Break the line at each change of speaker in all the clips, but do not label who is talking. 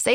Say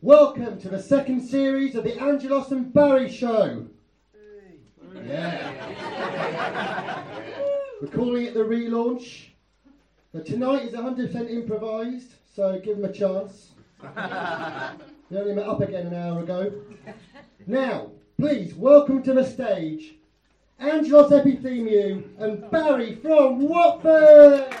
welcome to the second series of the Angelos and Barry Show. Yeah. We're calling it the relaunch. But tonight is 100% improvised, so give them a chance. they only met up again an hour ago. Now, please welcome to the stage Angelos Epithemiou and Barry from Watford.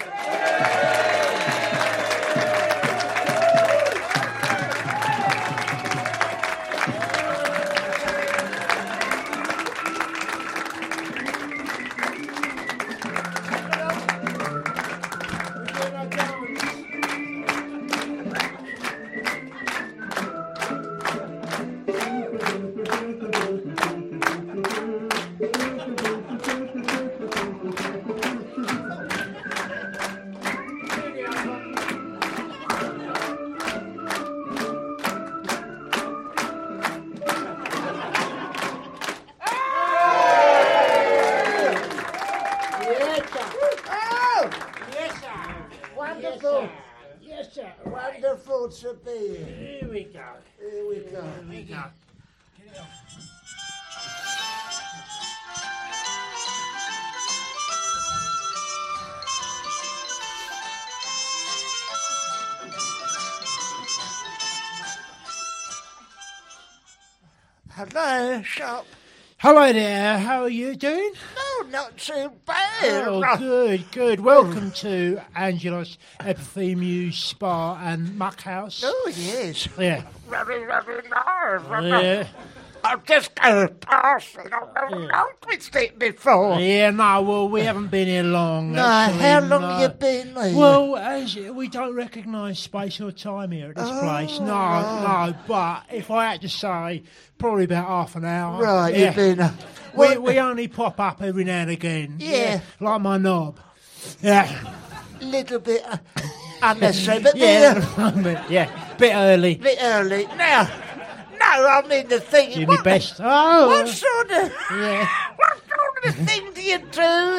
Yes, sir. Oh! Yes, sir. Wonderful. Yes, sir. Wonderful to be here. Here we go. Here we go. Here we go. Hello, shop.
Hello there, how are you doing?
No, not too bad.
Oh, good, good. Welcome to Angelos Epithemius Spa and Muck House.
Oh, yes.
Yeah,
Very, very nice.
Oh, yeah,
I've just got a pass and I've never noticed it before.
yeah. No, well, we haven't been here long.
No,
actually,
how long
no.
you been here?
Well, as you- we don't recognise space or time here at this
Oh,
place. No, no. But if I had to say, probably about half an hour.
right,
yeah.
you've been. uh,
We,
Well,
we only pop up every now and again.
Yeah.
like my knob. Yeah.
a little bit uh, unnecessary, but
Yeah,
yeah.
yeah, bit early.
a bit early. Now, no, I mean the thing.
Do my
what,
best. Oh,
What sort of?
yeah.
What sort of thing do you do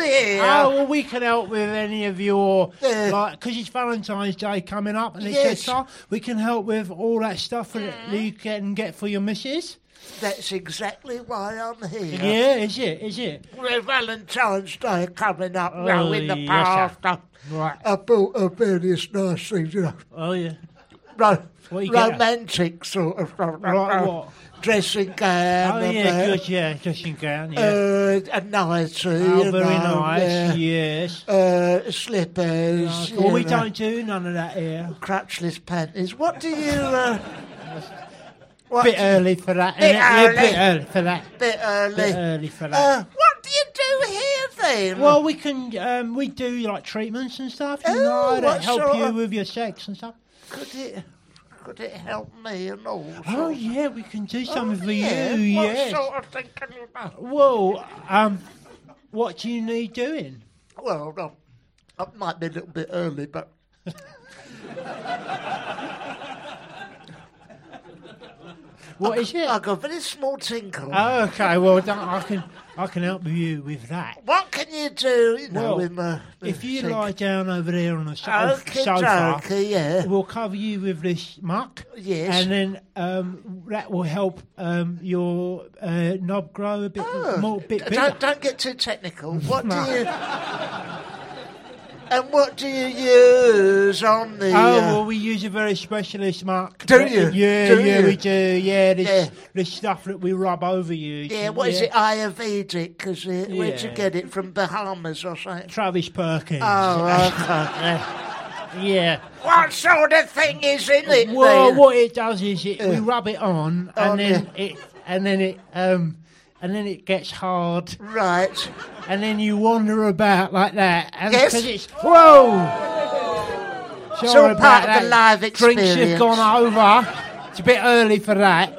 here?
Oh, well, we can help with any of your
Yeah.
like because it's Valentine's Day coming up, and
Yes.
it's we can help with all that stuff that you can get for your missus.
That's exactly why I'm here.
Yeah, is it? Is it?
Well, Valentine's Day coming up now
Oh,
in the
yes,
past. uh,
sir. Right.
I, I bought a various nice things, you know,
Oh yeah.
ro-
What you get?
romantic sort of stuff.
Right, what?
Dressing gown.
Oh
and
yeah,
that.
good. Yeah, dressing gown. Yeah.
Uh, a nightie,
oh,
you
very
know,
nice.
yeah.
Yes.
Uh, slippers.
well,
you
we
know,
don't do none of that here.
Crutchless panties. What do you? Uh, what
Bit
do-
early for that. innit?
Bit
Yeah,
early.
bit early for that.
Bit early.
Bit early for that.
Uh, what do you do here then?
Well, we can um, we do like treatments and stuff, you
Oh,
know,
what
that help
sort
you
of-
with your sex and stuff.
could it could it help me and all?
Oh
sorts?
yeah, we can do
Oh,
something for
yeah.
you.
What
yes.
sort of thing can you do?
Well, um, what do you need doing?
Well, um, it might be a little bit early, but.
What is it?
I got a very small tinkle.
Oh, okay. Well, don't- I can I can help you with that.
what can you do, you know,
Well,
with my...
If you
tinkle?
lie down over there on the so-
Okey
sofa,
dokey, yeah.
we'll cover you with this muck.
Yes.
And then um, that will help um, your uh, knob grow
Oh,
a bit more, bit bigger.
Don't, don't get too technical. What do
No.
you? And what do you use on
Oh,
the? uh,
well, we use a very specialist mark.
Do you?
Yeah,
Do
yeah,
you?
we do. Yeah, this,
Yeah.
this stuff that we rub over you.
yeah, what is it? Ayurvedic? Because uh, where'd you
Yeah.
get it from? Bahamas or something?
Travis Perkins.
Oh,
yeah.
What sort of thing is in it?
Well,
then?
what it does is it, we rub it on,
Oh,
and then it, and then it, um, and then it gets hard,
Right.
and then you wander about like that. And
Yes.
'cause it's whoa. Sorry
It's all
about
part of the
that.
live
Drinks
experience.
have gone over. It's a bit early for that.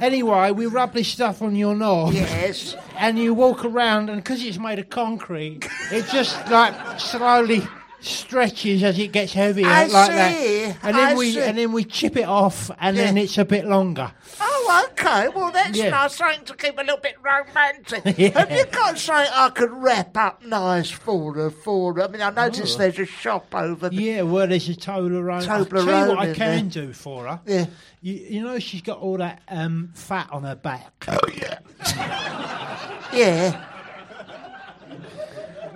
Anyway, we rub this stuff on your knob.
Yes.
and you walk around, and because it's made of concrete, it just like slowly stretches as it gets heavier,
I
like
see,
that. And then
I
we
see.
and then we chip it off, and then
Yeah.
it's a bit longer.
Oh, okay. Well, that's
Yeah.
nice. Something to keep a little bit romantic.
Yeah.
Have you got something I could wrap up nice for her? For her? I mean, I
Oh.
noticed there's a shop over there.
Yeah, well, there's a Toblerone. I'll tell you
Toblerone
what I
in
can do for her.
Yeah.
You, you know she's got all that um, fat on her back.
Yeah.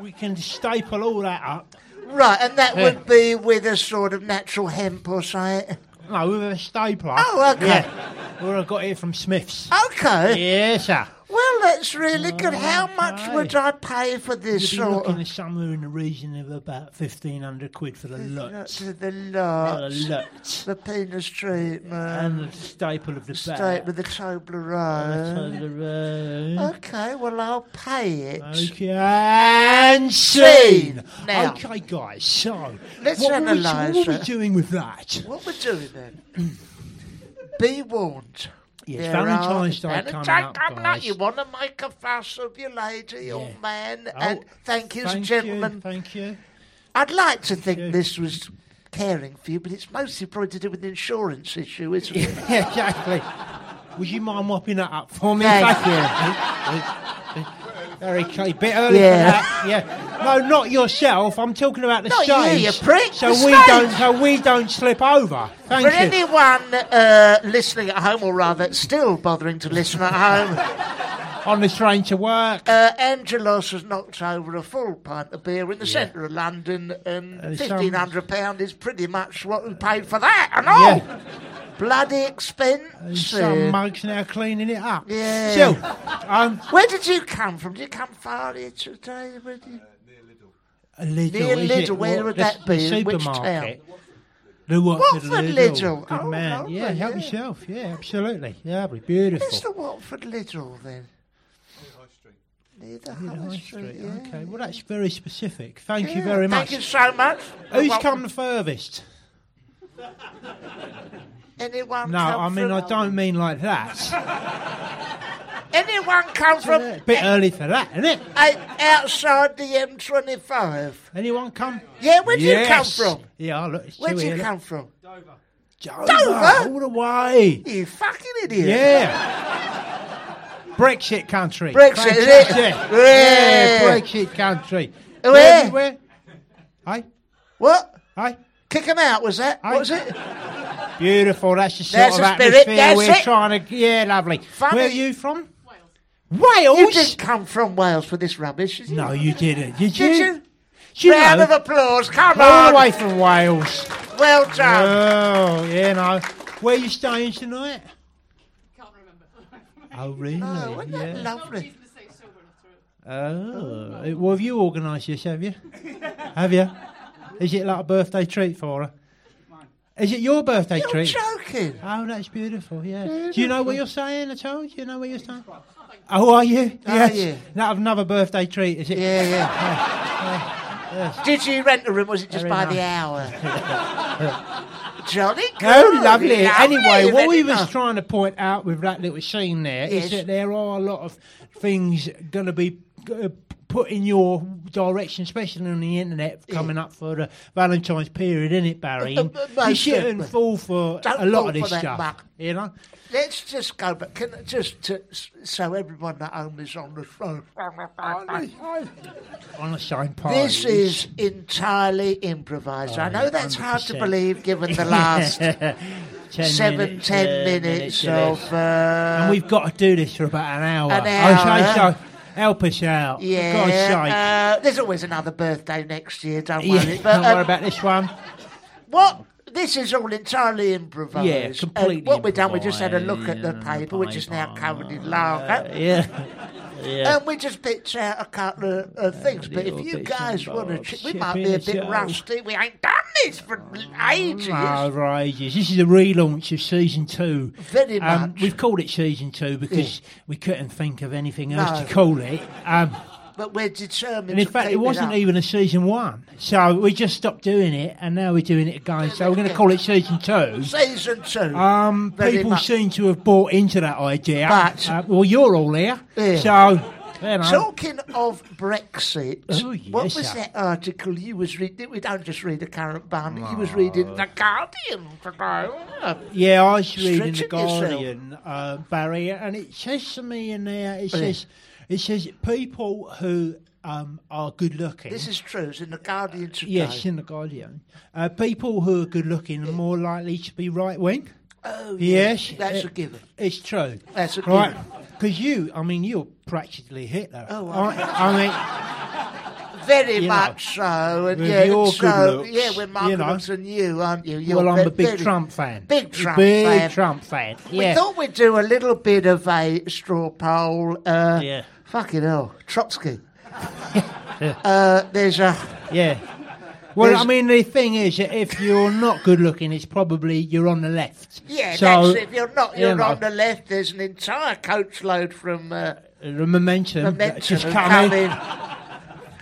We can staple all that up.
Right, and that
Yeah.
would be with a sort of natural hemp or something.
No, with a stapler.
Oh, okay.
Yeah. Well, I got it from Smith's.
Okay.
Yes, sir.
Well, that's really good. How much
Okay.
would I pay for this
You'd be
sort
looking
of?
at somewhere in the region of about fifteen hundred quid for the
Not
lot.
to the
Oh,
lot.
look.
The penis treatment.
And the staple of the
State with the Toblerone.
Toblerone.
Okay, well, I'll pay it.
Okay, and
Scene.
scene.
Now.
Okay, guys, so
Let's
what, were we,
analyse
what were we
it.
doing with that?
What we're doing then? Be warned.
Yes,
There
Valentine's Day
are-
coming
Valentine's
up,
coming
guys.
You want to make a fuss of your lady or
Yeah.
man,
Oh,
and thank you,
thank
gentlemen.
You, thank you.
I'd like to think
you.
this was caring for you, but it's mostly probably to do with the insurance issue, isn't it?
Yeah, exactly. Would you mind mopping that up for me?
Thank
you. Very clean. Bit early
Yeah.
for that. Yeah. No, not yourself. I'm talking about the
Not you,
stage.
you prick,
So
the
we
stage.
don't. So we don't slip over. Thank
For
you.
anyone uh, listening at home, or rather still bothering to listen at home,
On the train to work.
uh, Angelos has knocked over a full pint of beer in the centre of London, and
Uh, some-
£1,500 is pretty much what we paid for that, and all.
Yeah.
Bloody expense.
Some mugs now cleaning it up.
Yeah.
So, um,
Where did you come from? Did you come far here today? Where did you-
a Lidl,
Near
is
Lidl,
it?
where
What,
would
the-
that
the
be? In which
supermarket. The what?
Watford
Lidl.
Lidl.
Good
Oh,
man.
lovely,
yeah, help
yeah.
yourself. Yeah, absolutely. Yeah, that'd be beautiful.
It's the Watford Lidl then. Near the High Street. Near the High Street. yeah.
Okay, well, that's very specific. Thank you
Yeah,
very much.
Thank you so much.
Who's
Well,
come the furthest?
Anyone?
No,
come
I mean,
from,
I don't mean like that.
Anyone come from
A bit early for that, isn't it?
uh, outside the M25?
Anyone come?
Yeah, where do
Yes.
you come from?
Yeah, look, it's
Where
two
do you
here,
come from?
look. Dover,
Dover?
All the way.
You fucking idiot.
Yeah. Brexit country.
Brexit, is
Fantastic.
it?
Yeah.
Yeah.
Brexit country.
Where?
Where? Aye,
What?
aye.
Kick 'em out, was that?
Aye.
What was it?
Beautiful. That's the sort
That's
of
the spirit,
atmosphere
that's
we're
it.
trying to. Yeah, lovely.
Funny.
Where are you from? Wales.
You didn't come from Wales for this rubbish, did you?
Oh, No, you didn't. Did you?
Did you?
Do you
Round
know,
of applause. Come
all
on.
the way from Wales.
Well
Oh,
done.
yeah, no. Where you staying tonight? Can't remember.
oh,
Oh, really?
wasn't that
yeah.
lovely?
Oh. Eh, Well, have you organised this, have you? have you? Is it like a birthday treat for her? Is it your birthday
You're
treat?
joking.
Oh, that's beautiful. Yeah. Do you know what you're saying at all? Do you know what you're saying? Oh, are you? Yes.
yeah.
That another birthday treat, is it?
Yeah, yeah. Did you rent a room? Was it just
Very
by the
nice.
hour? Johnny.
Oh,
good,
lovely. Anyway, what
very
we was
nice.
trying to point out with that little scene there is
Yes.
that there are a lot of things going to be uh, put in your direction, especially on the internet, coming up for the Valentine's period, isn't it, Barry?
Uh,
And
uh, most
you shouldn't
definitely.
fall for
Don't
a lot
fall
of this
for that,
stuff,
Mark.
you know.
Let's just go back. Can I just to, so everyone at home is on the phone.
On the same page.
This is entirely improvised. I know that's hard to
100%.
believe given the last
ten
seven,
minutes,
ten
uh,
minutes
of
of.
this.
Uh,
and we've got to do this for about an hour. Oh,
An hour.
Okay, so Help us out.
Yeah.
For God's sake.
Uh, there's always another birthday next year, don't
yeah,
worry. But
don't worry
um,
about this one.
what this is all entirely improvised.
Yeah,
And
completely
what we've done, we just had a look at the
improvised.
paper, which is now covered in lager.
Uh, Yeah. Yeah.
And we just picked out a couple of uh, things. But if
little
you
bits and
guys want to,
bobs,
ch- we
chip
might
in
be a
and
bit
show.
rusty. We ain't done this for ages.
Oh, for ages. This is a relaunch of season two.
Very
Um,
much.
we've called it season two because we couldn't think of anything else
No.
to call it. Um,
But we're determined.
and in
to
fact,
keep
it wasn't
up.
even a season one. So we just stopped doing it and now we're doing it again. So we're going to call it season two.
season two.
Um,
Very
people
much.
seem to have bought into that idea.
But-
Uh, well, you're all here.
Yeah.
So, you know.
Talking of Brexit,
Oh, yes,
what was
sir.
that article you was reading? We don't just read the current barn. You
Ah.
was reading the Guardian today. Ah,
Yeah, I was reading the
Stretching yourself.
Guardian, uh, Barry, and it says to me in there,
Oh,
it says, it says people who um, are good looking.
This is true. It's in the Guardian today.
yes, in the Guardian, uh, people who are good looking are more likely to be right wing.
Oh,
Yes,
That's
it-
a given.
It's true.
That's a
right.
given.
Because you, I mean, you're practically Hitler.
Oh, wow.
aren't you? I mean.
Very
You know,
much so. And
with
yeah,
your
and
good
so,
looks,
yeah, we're
you
Margaret
know.
Brooks and you, aren't you? You're
well, I'm a
ve-
big
very-
Trump fan.
Big Trump
big
fan.
Trump fan.
We
Yeah.
thought we'd do a little bit of a straw poll. Uh,
Yeah.
Fucking hell. Trotsky. uh, there's a.
Yeah. Well,
There's-
I mean, the thing is, that if you're not good looking, it's probably you're on the left.
Yeah,
So,
that's if you're not
you
you're
know,
on the left. There's an entire coach load from uh,
the momentum, that's
Momentum
just
and
come in.
Calvin.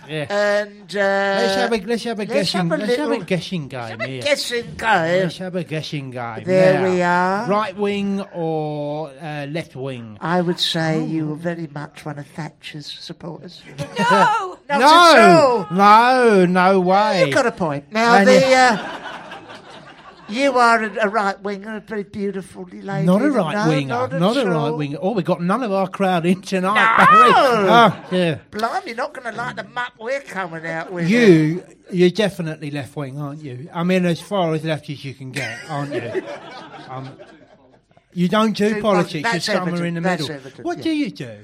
Yeah.
And uh,
let's have a let's have a
let's
guessing
have a
let's have a
little-
guessing game
have a
here.
guessing go.
Let's have a guessing game.
There
now.
we are.
Right wing or uh, left wing?
I would say you
Oh.
were very much one of Thatcher's supporters.
No!
Not at all.
no, no, no way.
You've got a point. Now
And
the. Uh, you are a, a right winger, a very beautiful lady.
Not a
No,
right winger. Not,
not at
a
all.
right winger. Oh, we got none of our crowd in tonight.
No!
Barry. Oh, yeah.
Blimey, not going to like the muck we're coming out with. uh,
You, you're definitely left wing, aren't you? I mean, as far as left as you can get, aren't you? Um, you don't do
Do
politics.
polit- that's
you're somewhere in the
evident, that's
middle.
evident,
what
yeah.
do you do?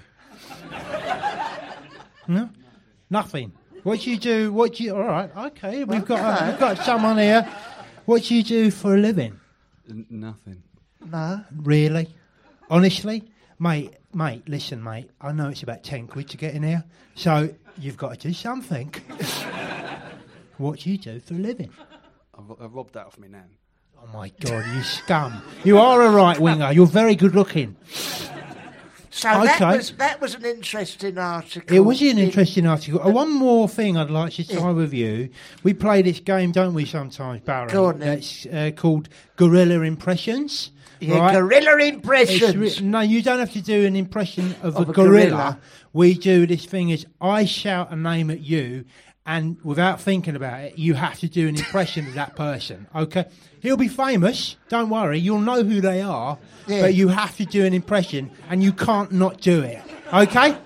no, nothing. What do you do? What do you? All right, okay. We've got uh, we've got someone here. What do you do for a living?
N- nothing.
No.
Really? Honestly? Mate, mate, listen, mate. I know it's about 10 quid to get in here, so you've got to do something. what do you do for a living?
I, ro- I robbed that off my nan.
Oh my God, you scum. You are a right winger. You're very good looking.
So
Okay.
that was that was an interesting article.
It was an
in-
interesting article. Uh, one more thing I'd like to try with you. We play this game, don't we, sometimes, Barry?
Go on then.
That's uh, called Gorilla Impressions.
Yeah,
right?
Gorilla
It's
impressions.
re- no, you don't have to do an impression of,
Of
a,
a
gorilla.
gorilla.
We do this thing is I shout a name at you, and without thinking about it, you have to do an impression of that person. Okay, he'll be famous. Don't worry, you'll know who they are,
Yeah.
but you have to do an impression, and you can't not do it. Okay,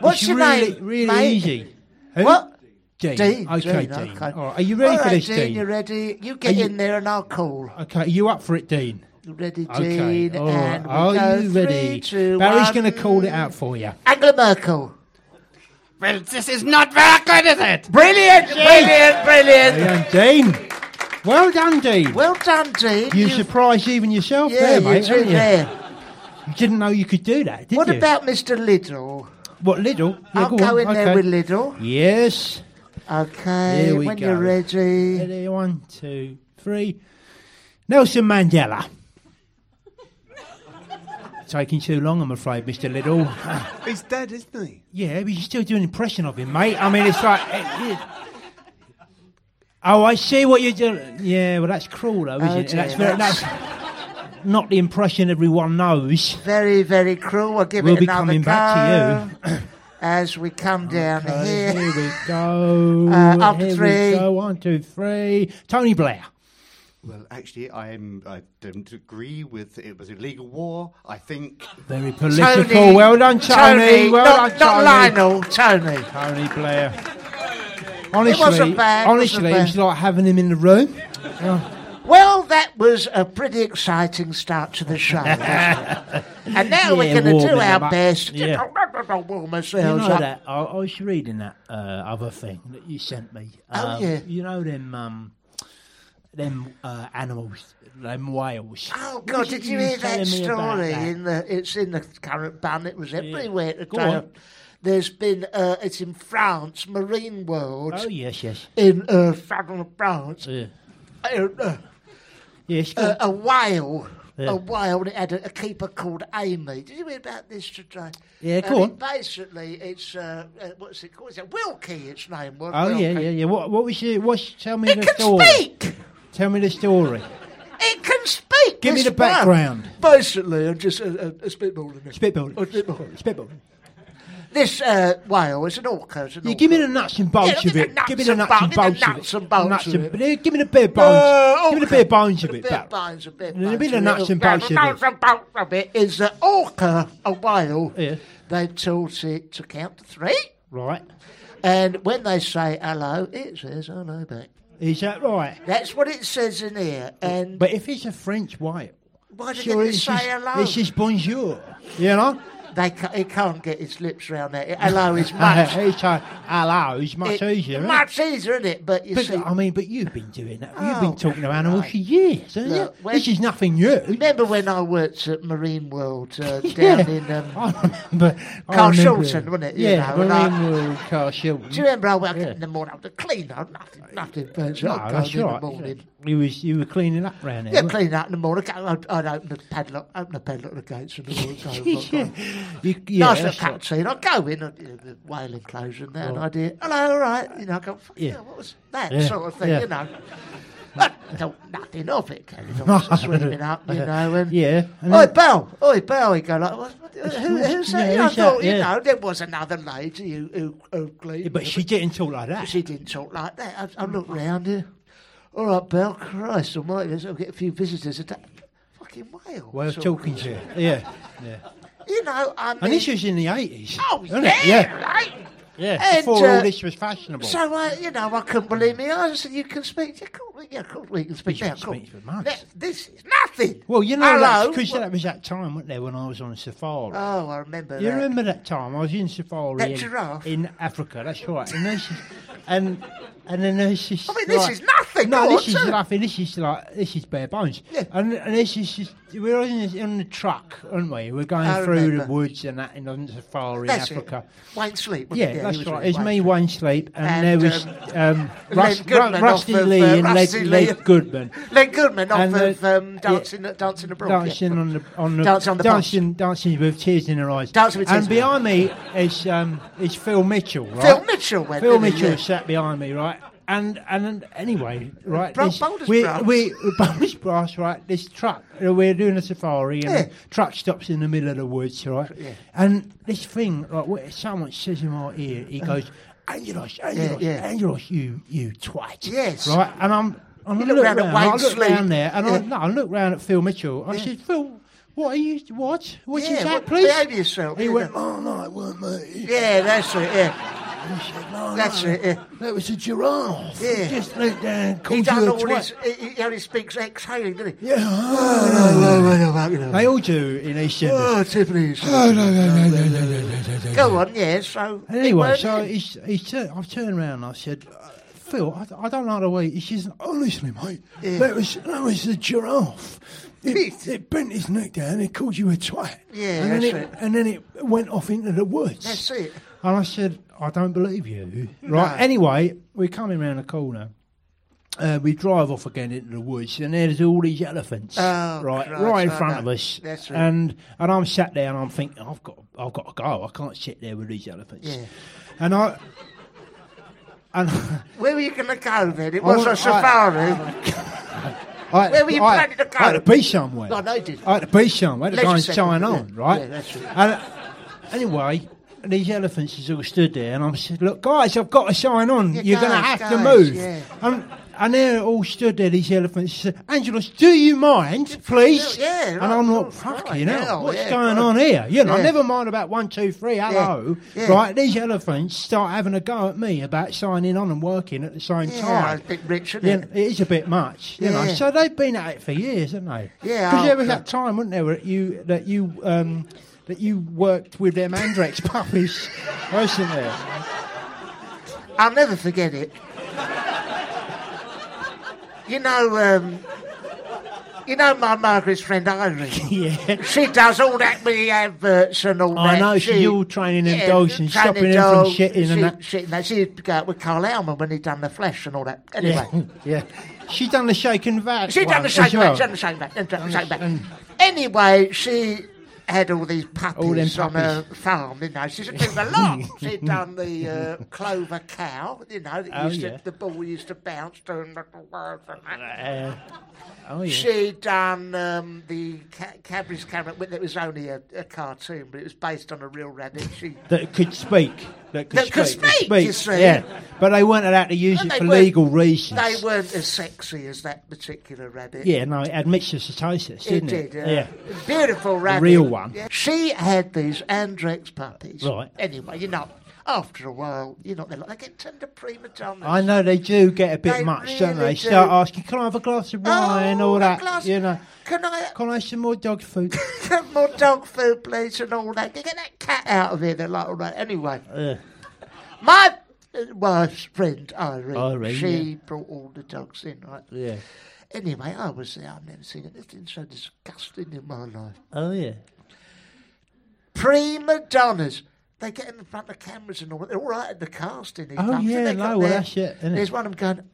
What's
it's
your
really,
name?
Really
mate?
easy. Who?
What?
Dean.
Dean.
Okay,
Dean,
Dean.
okay.
All right. Are you ready
All
for
right,
this,
Dean?
Dean?
You ready? You get
you-
in there and I'll call.
Okay, are you up for it, Dean?
You ready, Dean?
Okay. all right.
and we
Are
go
you
three,
ready?
two,
Barry's
one.
going to call it out for you.
Angela Merkel.
Well, this is not very good, is it?
Brilliant, brilliant, brilliant.
Well done, Dean. Well done, Dean.
Well done, Dean.
you
You've-
surprised even yourself
yeah,
there,
you
mate.
did
haven't you?
there.
You didn't know you could do that, did
What
you?
about Mr. Liddle?
what Lidl? Yeah,
I'll
go, on.
go in there
Okay.
with Liddle.
Yes.
Okay,
Here we
when
go.
you're ready.
Ready? One, two, three. Nelson Mandela. Taking too long, I'm afraid, Mr. Liddle.
He's dead, isn't he?
Yeah, but you still do an impression of him, mate. I mean, it's like. it- it- oh, I see what you're doing. Yeah, well, that's cruel, though, isn't
Oh,
it?
dear,
that's, very,
that's-
that's not the impression everyone knows.
Very, very cruel. We'll give
We'll
it
be
another
coming
go
back
to you as we come down
Okay,
here.
here we go.
Uh, up
here
three.
We go. One, two, three. Tony Blair.
Well, actually, I'm, I don't agree with it was illegal war. I think
Very political. well done, Tony. Well
not,
done,
not
Tony.
Lionel. Tony.
Tony Blair. Honestly,
wasn't bad, it wasn't
honestly, it's
bad.
like having him in the room.
Well, that was a pretty exciting start to the show. wasn't it? and now
Yeah,
we're going to do
warming them
our
up.
best.
Yeah.
know all
You
myself.
know
so-
that I, I was reading that uh, other thing that you sent me.
Oh,
Um,
yeah.
You know them um, them uh, animals, them whales.
Oh
What
God!
was it
Did you hear
was telling
that
me about
story?
that?
In the it's in the current ban. It was everywhere
Go
today.
on.
There's been uh, it's in France, Marine World
Oh yes, yes,
in uh, southern France.
yeah.
Uh, uh,
yes. go
a,
on.
a whale.
Yeah.
A whale that had a, a keeper called Amy. Did you hear about this today?
Yeah,
And
go
it
on.
basically, it's uh, uh, what's it called? It's a Wilkie. Its name was.
oh yeah,
Wilkie.
yeah, yeah. What, what was your? What's? Tell me
It
the
can
story.
speak.
Tell me the story.
It can speak.
Give me
this
the background.
one. Basically, I'm just a, a, a spitballing. it.
Spitball.
Oh, spitball.
Spitball.
This uh, whale is an orca. It's an
Yeah,
orca.
give me the nuts and bolts
Yeah,
of it. Give me the nuts and bolts of it.
nuts and bolts
Nuts
of
and-
it.
yeah, Give me the bare bones.
Uh,
give me the
orca.
bare bones of it.
The bare
back.
bones, the bare
Give me
bones
the
of it.
nuts and bolts of it.
Nuts and bolts of it is the orca, a whale.
Yeah.
They taught it to count to three,
Right.
and when they say hello, it says hello back.
Is that right?
That's what it says in here. And
But if it's a French whale,
why did
sure,
it
it's
say
just,
hello?
it's just bonjour. You know?
They ca- it can't get its lips round that. Hello is much.
Ah, it's a, hello is much
it-
easier. isn't it?
Much easier, isn't it? But you
But,
see,
I mean, but you've been doing that. You've
Oh,
been talking to animals
right.
for years, haven't
Look,
you?
when-
This is nothing new.
remember when I worked at Marine World uh,
Yeah.
down in. Um,
I remember. I
Carl
remember
Shilton, wasn't it? You
Yeah,
know, and I-
Marine World Carl Shilton.
Do you remember I woke
Yeah. Uh,
up in the morning? I was clean up, nothing, nothing fancy.
No,
I'd go
that's
in
right.
the morning.
You was you were cleaning up round there.
Yeah,
weren't
clean out in the morning. go- I'd, I'd open the padlock, open the padlock, the gates, and the doors go.
you?
knock,
yeah.
knock.
You- yeah,
nice
that's
little
right.
cutscene. I'd go in, I'd, you know, the whale enclosure and that, and I'd hear, hello, all right. You know, I go, "Fuck
Yeah.
yeah. what was that
Yeah,
sort of thing,
yeah.
you know. I thought nothing of it, carried on swimming up, you know, and Oh,
Yeah, and
Oi,
then-
Bell! Oi, Bell! He go like, what, what, who, who's
Yeah,
that? You know, I
who's that?
thought, you
Yeah.
know, there was another lady who, who, who cleaned.
Yeah, but she didn't talk like that.
She didn't talk like that. I, I looked
Mm-hmm.
round here. All right, Belle, Christ almighty, let's get a few visitors. A day. Fucking whale.
Well,
So,
talking to you. Yeah, yeah.
You know, I mean...
And this was in the eighties.
oh, yeah,
wasn't it? yeah,
right?
yeah.
And,
Before all
uh,
this was fashionable.
So, uh, you know, I couldn't believe my eyes. I said, you can speak. Yeah, cool, we- yeah, cool, we can speak
You
now.
can
cool.
speak for months.
That- This is nothing.
well, you know,
Hello.
because
What-
that was that time, wasn't there, when I was on safari.
Oh, I remember
You
that.
remember that time I was in safari
That
in,
giraffe?
in Africa? That's right. And there's, and and then there's this.
I mean, this
like-
is nothing,
No,
go
this
on,
is
tell it.
nothing. This is like this is bare bones.
Yeah.
And and this is just, we were in, this- in the truck, weren't we? We're going
I
through the
remember.
woods and that in on safari
That's
in Africa.
It. Wayne Sleep. wasn't
Yeah,
it? he
that's
was
right.
with
It's
Wayne
me,
Sleep.
Wayne Sleep, and,
And,
there was um, Rus-
Len Goodman
Ru-
off
Rusty
of, uh,
Lee and Led,
Rusty Lee.
Led Goodman.
Len Goodman off
And, uh,
of um,
yeah.
Dancing, dancing Abroad. yeah.
Dancing on the on the
Dancing on the
dancing, dancing with tears in her eyes.
Dancing with tears
and
in her
behind me is um is Phil Mitchell, right?
Phil Mitchell went,
Phil
didn't he?
Mitchell
Yeah.
sat behind me, right? And and, and anyway, right?
Bro-
this-
Boulders
we
Brass.
we Boulders Brass, right? This truck uh, we're doing a safari, and
Yeah.
the truck stops in the middle of the woods, right?
Yeah.
And this thing, right? What, someone says in my ear, he goes, "Angelos, Angelos,
yeah.
Angelos, you you twat!"
Yes.
right? And I'm. And I
look
look
round
round,
at
and I
Wayne
look
Sleep.
round there, and I,
Yeah.
no, I looked round at Phil Mitchell. I said, Phil, what are you? What? What
Yeah,
is that,
what-
please?
behave yourself,
He
you
went,
know.
Oh no, it weren't me.
Yeah, that's it. Yeah.
I said, no,
That's
no,
it, yeah.
That was a giraffe.
Yeah.
He Just leant down, and
He
called
done
you a
all
twat.
his. He, he only speaks exhaling, doesn't he?
Yeah. Oh, no. They all do in East
Oh, Tiffany's.
Oh no, no, no, no, no, no, no, no, no.
Go on, yeah. So
Anyway,
weren't
so
in.
he's, he's tur- I've turned round and I said, uh, Phil, I, I don't like the way. He says, honestly, mate,
Yeah.
that was that was the giraffe. It,
Pete.
it bent its neck down. It called you a twat.
Yeah,
and then
that's
it,
it.
and then it went off into the woods.
that's it.
And I said, I don't believe you. Right.
No.
Anyway, we're coming round the corner. Uh, we drive off again into the woods, and there's all these elephants
Oh,
right,
Christ,
right in
I
front
know.
of us.
That's right.
And and I'm sat there, and I'm thinking, I've got, I've got to go. I can't sit there with these elephants.
Yeah.
And I, and
Where were you going to go then? It
I
was
wa- I-
a safari.
I,
Where were you
I,
planning to go?
I had to be somewhere.
No, no, you didn't.
I had to be somewhere. I had to go and
Leisure centre,
sign
yeah.
on, right?
Yeah, that's right.
And, uh, anyway, these elephants has all stood there, and I'm said, look, guys, I've got to sign on.
Yeah,
You're going to have
guys,
to
guys,
move.
yeah.
And, and they're all stood there, these elephants. She said, Angelos, do you mind, please?
yeah,
and
right,
I'm
oh,
like, fucking
right,
hell,
hell,
what's
yeah,
going
God.
on here? You know,
Yeah.
never mind about one, two, three, hello.
yeah.
Right, these elephants start having a go at me about signing on and working at the same
Yeah,
time.
it's a bit rich, isn't
Yeah,
it?
it is a bit much, you know.
Yeah.
So they've been at it for years, haven't they?
Yeah,
Because there
oh,
was
God.
that time, wasn't there, that you that you um, that you worked with them Andrex puppies recently.
I'll never forget it. you know, um, you know my Margaret's friend Irene.
Yeah.
She does all that with the adverts and all
I
that.
know, she's all training them dogs and
training
stopping them from
dogs,
shitting and
she,
that.
Shitting that. She used to go out with Carl Elman when he'd done the flesh and all that. Anyway.
Yeah, yeah. She done the shaken vat.
She done
one
the
as
same
well.
back, she done the same back, she done the same back.
and-
Anyway, she had all these puppies,
All them
on her farm, you know. She used to do a lot. She'd done the uh, clover cow, you know, that
Oh,
used
yeah.
to, the ball used to bounce doing little words and that.
Uh, oh yeah.
She done um, the ca- Cadbury's carrot, which it was only a, a cartoon, but it was based on a real rabbit. She
that could speak. That could
That could
speak. would
speak, you see.
Yeah, but they weren't allowed to use
And
it
they
for
weren't-
legal reasons.
They weren't as sexy as that particular rabbit.
Yeah, no, it had mitsucitosis,
It
didn't it?
did, yeah. Beautiful rabbit.
real one.
Yeah. She had these Andrex puppies.
Right.
Anyway, you know, after a while, you know, they're like, they get turned to prima donnas.
I know they do get a bit
They
much, don't they?
really
Start
do.
asking, "Can I have a glass of
Oh,
wine?" all
a
that,
glass-
you know.
Can I
Can I have some more dog food?
have more dog food, please, and all that? Get that cat out of here. They're like, all right. Anyway,
Ugh.
my uh, wife's friend, Irene,
Irene,
she
yeah.
brought all the dogs in, right?
yeah.
Anyway, I was there. I've never seen anything so disgusting in my life.
Oh yeah.
prima donnas. They get in front of cameras and all. They're all right at the casting. these
Oh,
bunch,
yeah,
and they
no,
got
well,
their-
that's it, isn't it?
There's one of them going,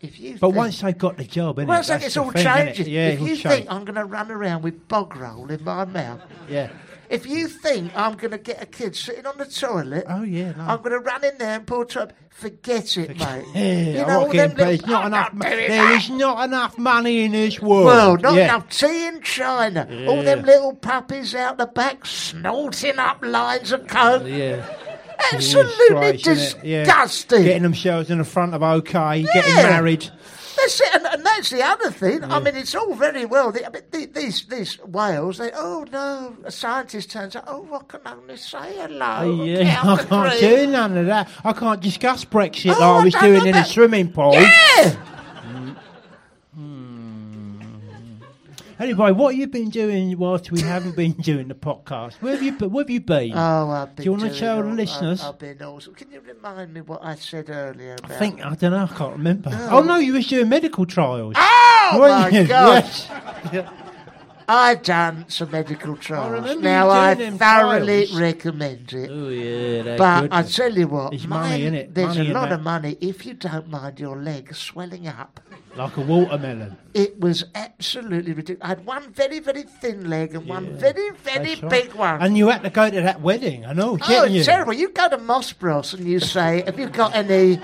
if you.
But
think,
once they got the job, innit?
once
That's
it's
the
all
thing, innit?
changes.
Yeah,
if
it'll
you
change.
think I'm going to run around with bog roll in my mouth,
yeah.
if you think I'm going to get a kid sitting on the toilet,
Oh, yeah, no.
I'm going to run in there and pull top. Forget it, mate.
Yeah,
you
I
know all
reckon
them
there's
little,
not
"I
enough.
can't
mo-
do it,
There
I
is not enough money in this world.
well, not
yeah.
enough tea in China. All
Yeah.
them little puppies out the back snorting up lines of coke.
Yeah.
Absolutely
Jesus Christ, innit? Yeah.
disgusting.
Getting themselves in the front of OK, getting
Yeah.
married.
That's it, and, and that's the other thing. I mean, it's all very well. The, I mean, the, these these whales, they oh no, a scientist turns up. Oh, I can only say hello.
Oh, Yeah, I
count to
can't
three."
do none of that. I can't discuss Brexit
Oh,
like I was
I
doing
know
in a
that.
swimming pool.
Yeah,
Anyway, what have you been doing whilst we haven't been doing the podcast? Where have you been? Where have you been?
Oh, I've
Do
been
you wanna
doing
tell the
all- I've-
listeners?
I've, been also. Can you remind me what I said earlier? About
I think I don't know. I can't remember. Oh no, you was doing medical trials.
Oh
weren't
my
you?
God!
Yes.
I done some medical trials.
remember you
now I
doing them
thoroughly
trials.
recommend it.
Oh yeah, they're
But
good.
I tell you what,
There's money,
mine-
innit?
There's
Money
a
in
lot
that.
of money. If you don't mind your legs swelling up,
like a watermelon.
it was absolutely ridiculous. I had one very, very thin leg and one very, very
That's right.
big one.
And you had to go to that wedding. I know,
oh,
didn't
it's
you?
terrible! You go to Moss Bros and you say, "Have you got any?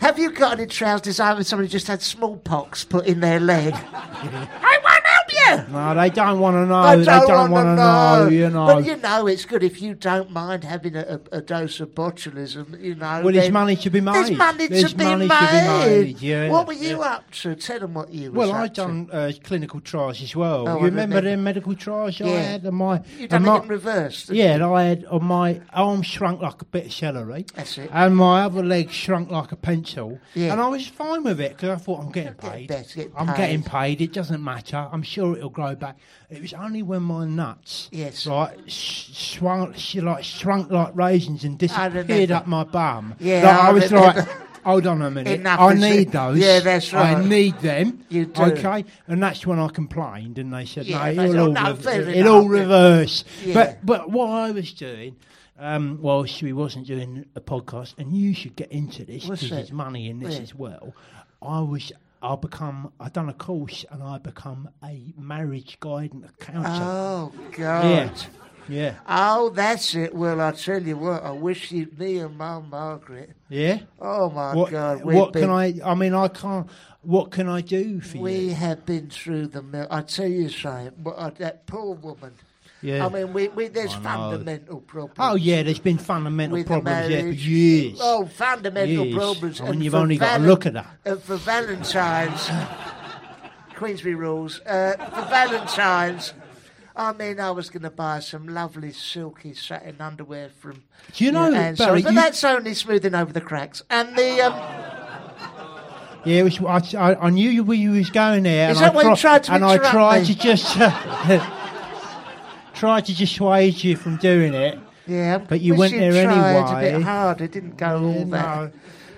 Have you got any trousers?" I was somebody just had smallpox put in their leg. I won't help you.
No, they don't want to know.
I don't,
they don't
want to
know. You know.
But you know, it's good if you don't mind having a, a, a dose of botulism. You know.
Well, there's
then-
money to be made.
There's money
There's
to be
money
made.
to be made, yeah.
What were you
Yeah.
up to? Tell them what you.
Well,
was
I
up to.
done uh, clinical trials as well.
Oh,
you
I
remember
remember.
them medical trials I
Yeah.
had on my?
You done
on
it in reverse. didn't
Yeah, and I had on my arm shrunk like a bit of celery.
That's it.
And my other leg shrunk like a pencil.
Yeah.
And I was fine with it because I thought I'm getting paid.
better, get
I'm
paid."
getting paid. It doesn't matter. I'm sure it'll grow back. It was only when my nuts,
Yes.
like sh- swung, sh- like shrunk like raisins and disappeared
remember.
up my bum.
Yeah,
that I,
I
was
remember.
like. Hold on a minute.
Enough
I
is
need
it.
those.
Yeah, that's
I
right.
need them.
You do.
Okay, and that's when I complained, and they said,
Yeah,
"No,
they
it'll
said, "Oh,
all,
"No,
rev-
fair
it'll all
enough."
reverse."
Yeah.
But but what I was doing, um, well, she wasn't doing a podcast, and you should get into this
What's
because
that?
there's money in this
Yeah.
as well. I was. I become. I done a course, and I become a marriage guidance counsellor.
Oh God.
yeah, yeah,
Oh, that's it. Well, I tell you what. I wish you'd me and my Margaret.
yeah.
Oh my
what
God. we've
what
been,
can I? I mean, I can't. What can I do for
We
you?
have been through the mill. I tell you something. But uh, that poor woman.
Yeah.
I mean, we, we there's
I know.
fundamental problems.
Oh yeah, there's been fundamental
with the
problems there for
marriage.
years.
Oh, fundamental
Years.
problems.
I mean,
And
you've
for
only got to
valen-
look at her.
And for Valentine's, Queensbury rules. Uh, for Valentine's, I mean, I was going to buy some lovely silky satin underwear from.
Do you know,
Anne
Barry,
Sorry, but
you-
that's only smoothing over the cracks. And the um,
Yeah, it was, I, I, I knew you where you was going there.
Is
and I
that why you tried to
And I
interrupt
tried
me?
to just uh, tried to dissuade you from doing it.
Yeah,
But you
wish
went
you'd
there
tried A
anyway.
bit harder, didn't go all
No.
that.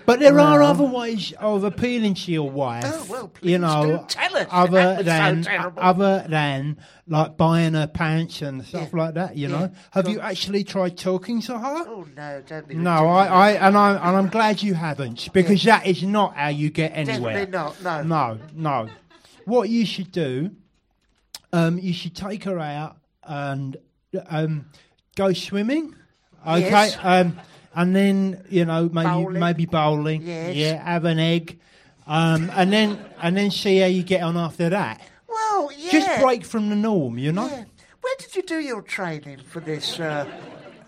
But there are
Oh, Well.
other ways of appealing to your wife.
Oh, well,
you
please
know,
do tell us.
Other
That was so
than uh,
terrible.
other than like buying her pants and stuff
Yeah.
like that. You know, have you actually tried talking to her?
Oh no, don't be.
No, I,
ridiculous.
I and I and I'm glad you haven't because that is not how you get anywhere.
definitely not. No,
No, no. What you should do, um, you should take her out and um, go swimming. Okay.
Yes.
Um, and then you know maybe
Bowling.
maybe bowling.
Yes.
Yeah. Have an egg. Um, and then and then see how you get on after that.
Well, yeah.
Just break from the norm, you know.
Yeah. Where did you do your training for this? Uh...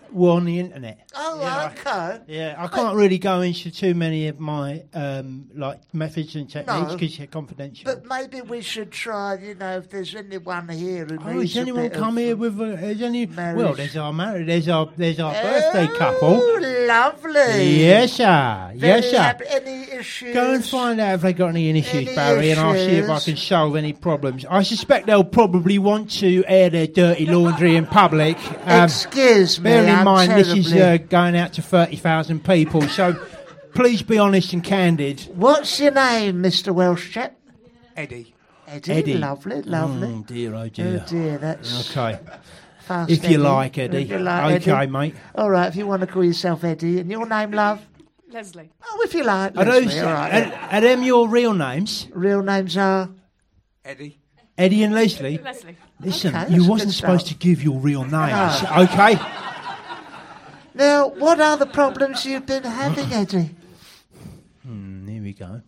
We're on the internet.
Oh, okay.
Yeah, I can't really go into too many of my um, like methods and techniques
No.
because they're confidential.
But maybe we should try, you know, if there's anyone here who
Oh,
needs
has anyone
a bit
come
of...
here with a, has any? Well,
marriage.
there's our marriage. There's our there's our birthday couple.
Oh, lovely.
Yes, sir.
Very
Yes, sir.
happy. Any issues?
Go and find out if they got any issues,
Any
Barry, and I'll see if I
issues?
can solve any problems. I suspect they'll probably want to air their dirty laundry in public. Um,
Excuse me.
bear in
I'm
mind, this is
terribly-
uh, going out to thirty thousand people, so please be honest and candid.
What's your name, Mr. Welsh chap?
Eddie.
Eddie.
Eddie.
Lovely, lovely.
Mm, dear, oh
Oh
dear.
dear, that's
Okay,
fast.
if you
Eddie.
like, Eddie.
If you like,
okay,
Eddie.
mate.
All right, if you want to call yourself Eddie, and your name, love.
Leslie.
Oh, if you like.
Are
Leslie,
those
all right.
are, are them your real names?
Real names are.
Eddie.
Eddie and Leslie,
Leslie.
listen,
Okay,
you
that's a
wasn't
good
supposed to
start.
give your real names, okay?
Now, what are the problems you've been having, Eddie?
Mm, here we go.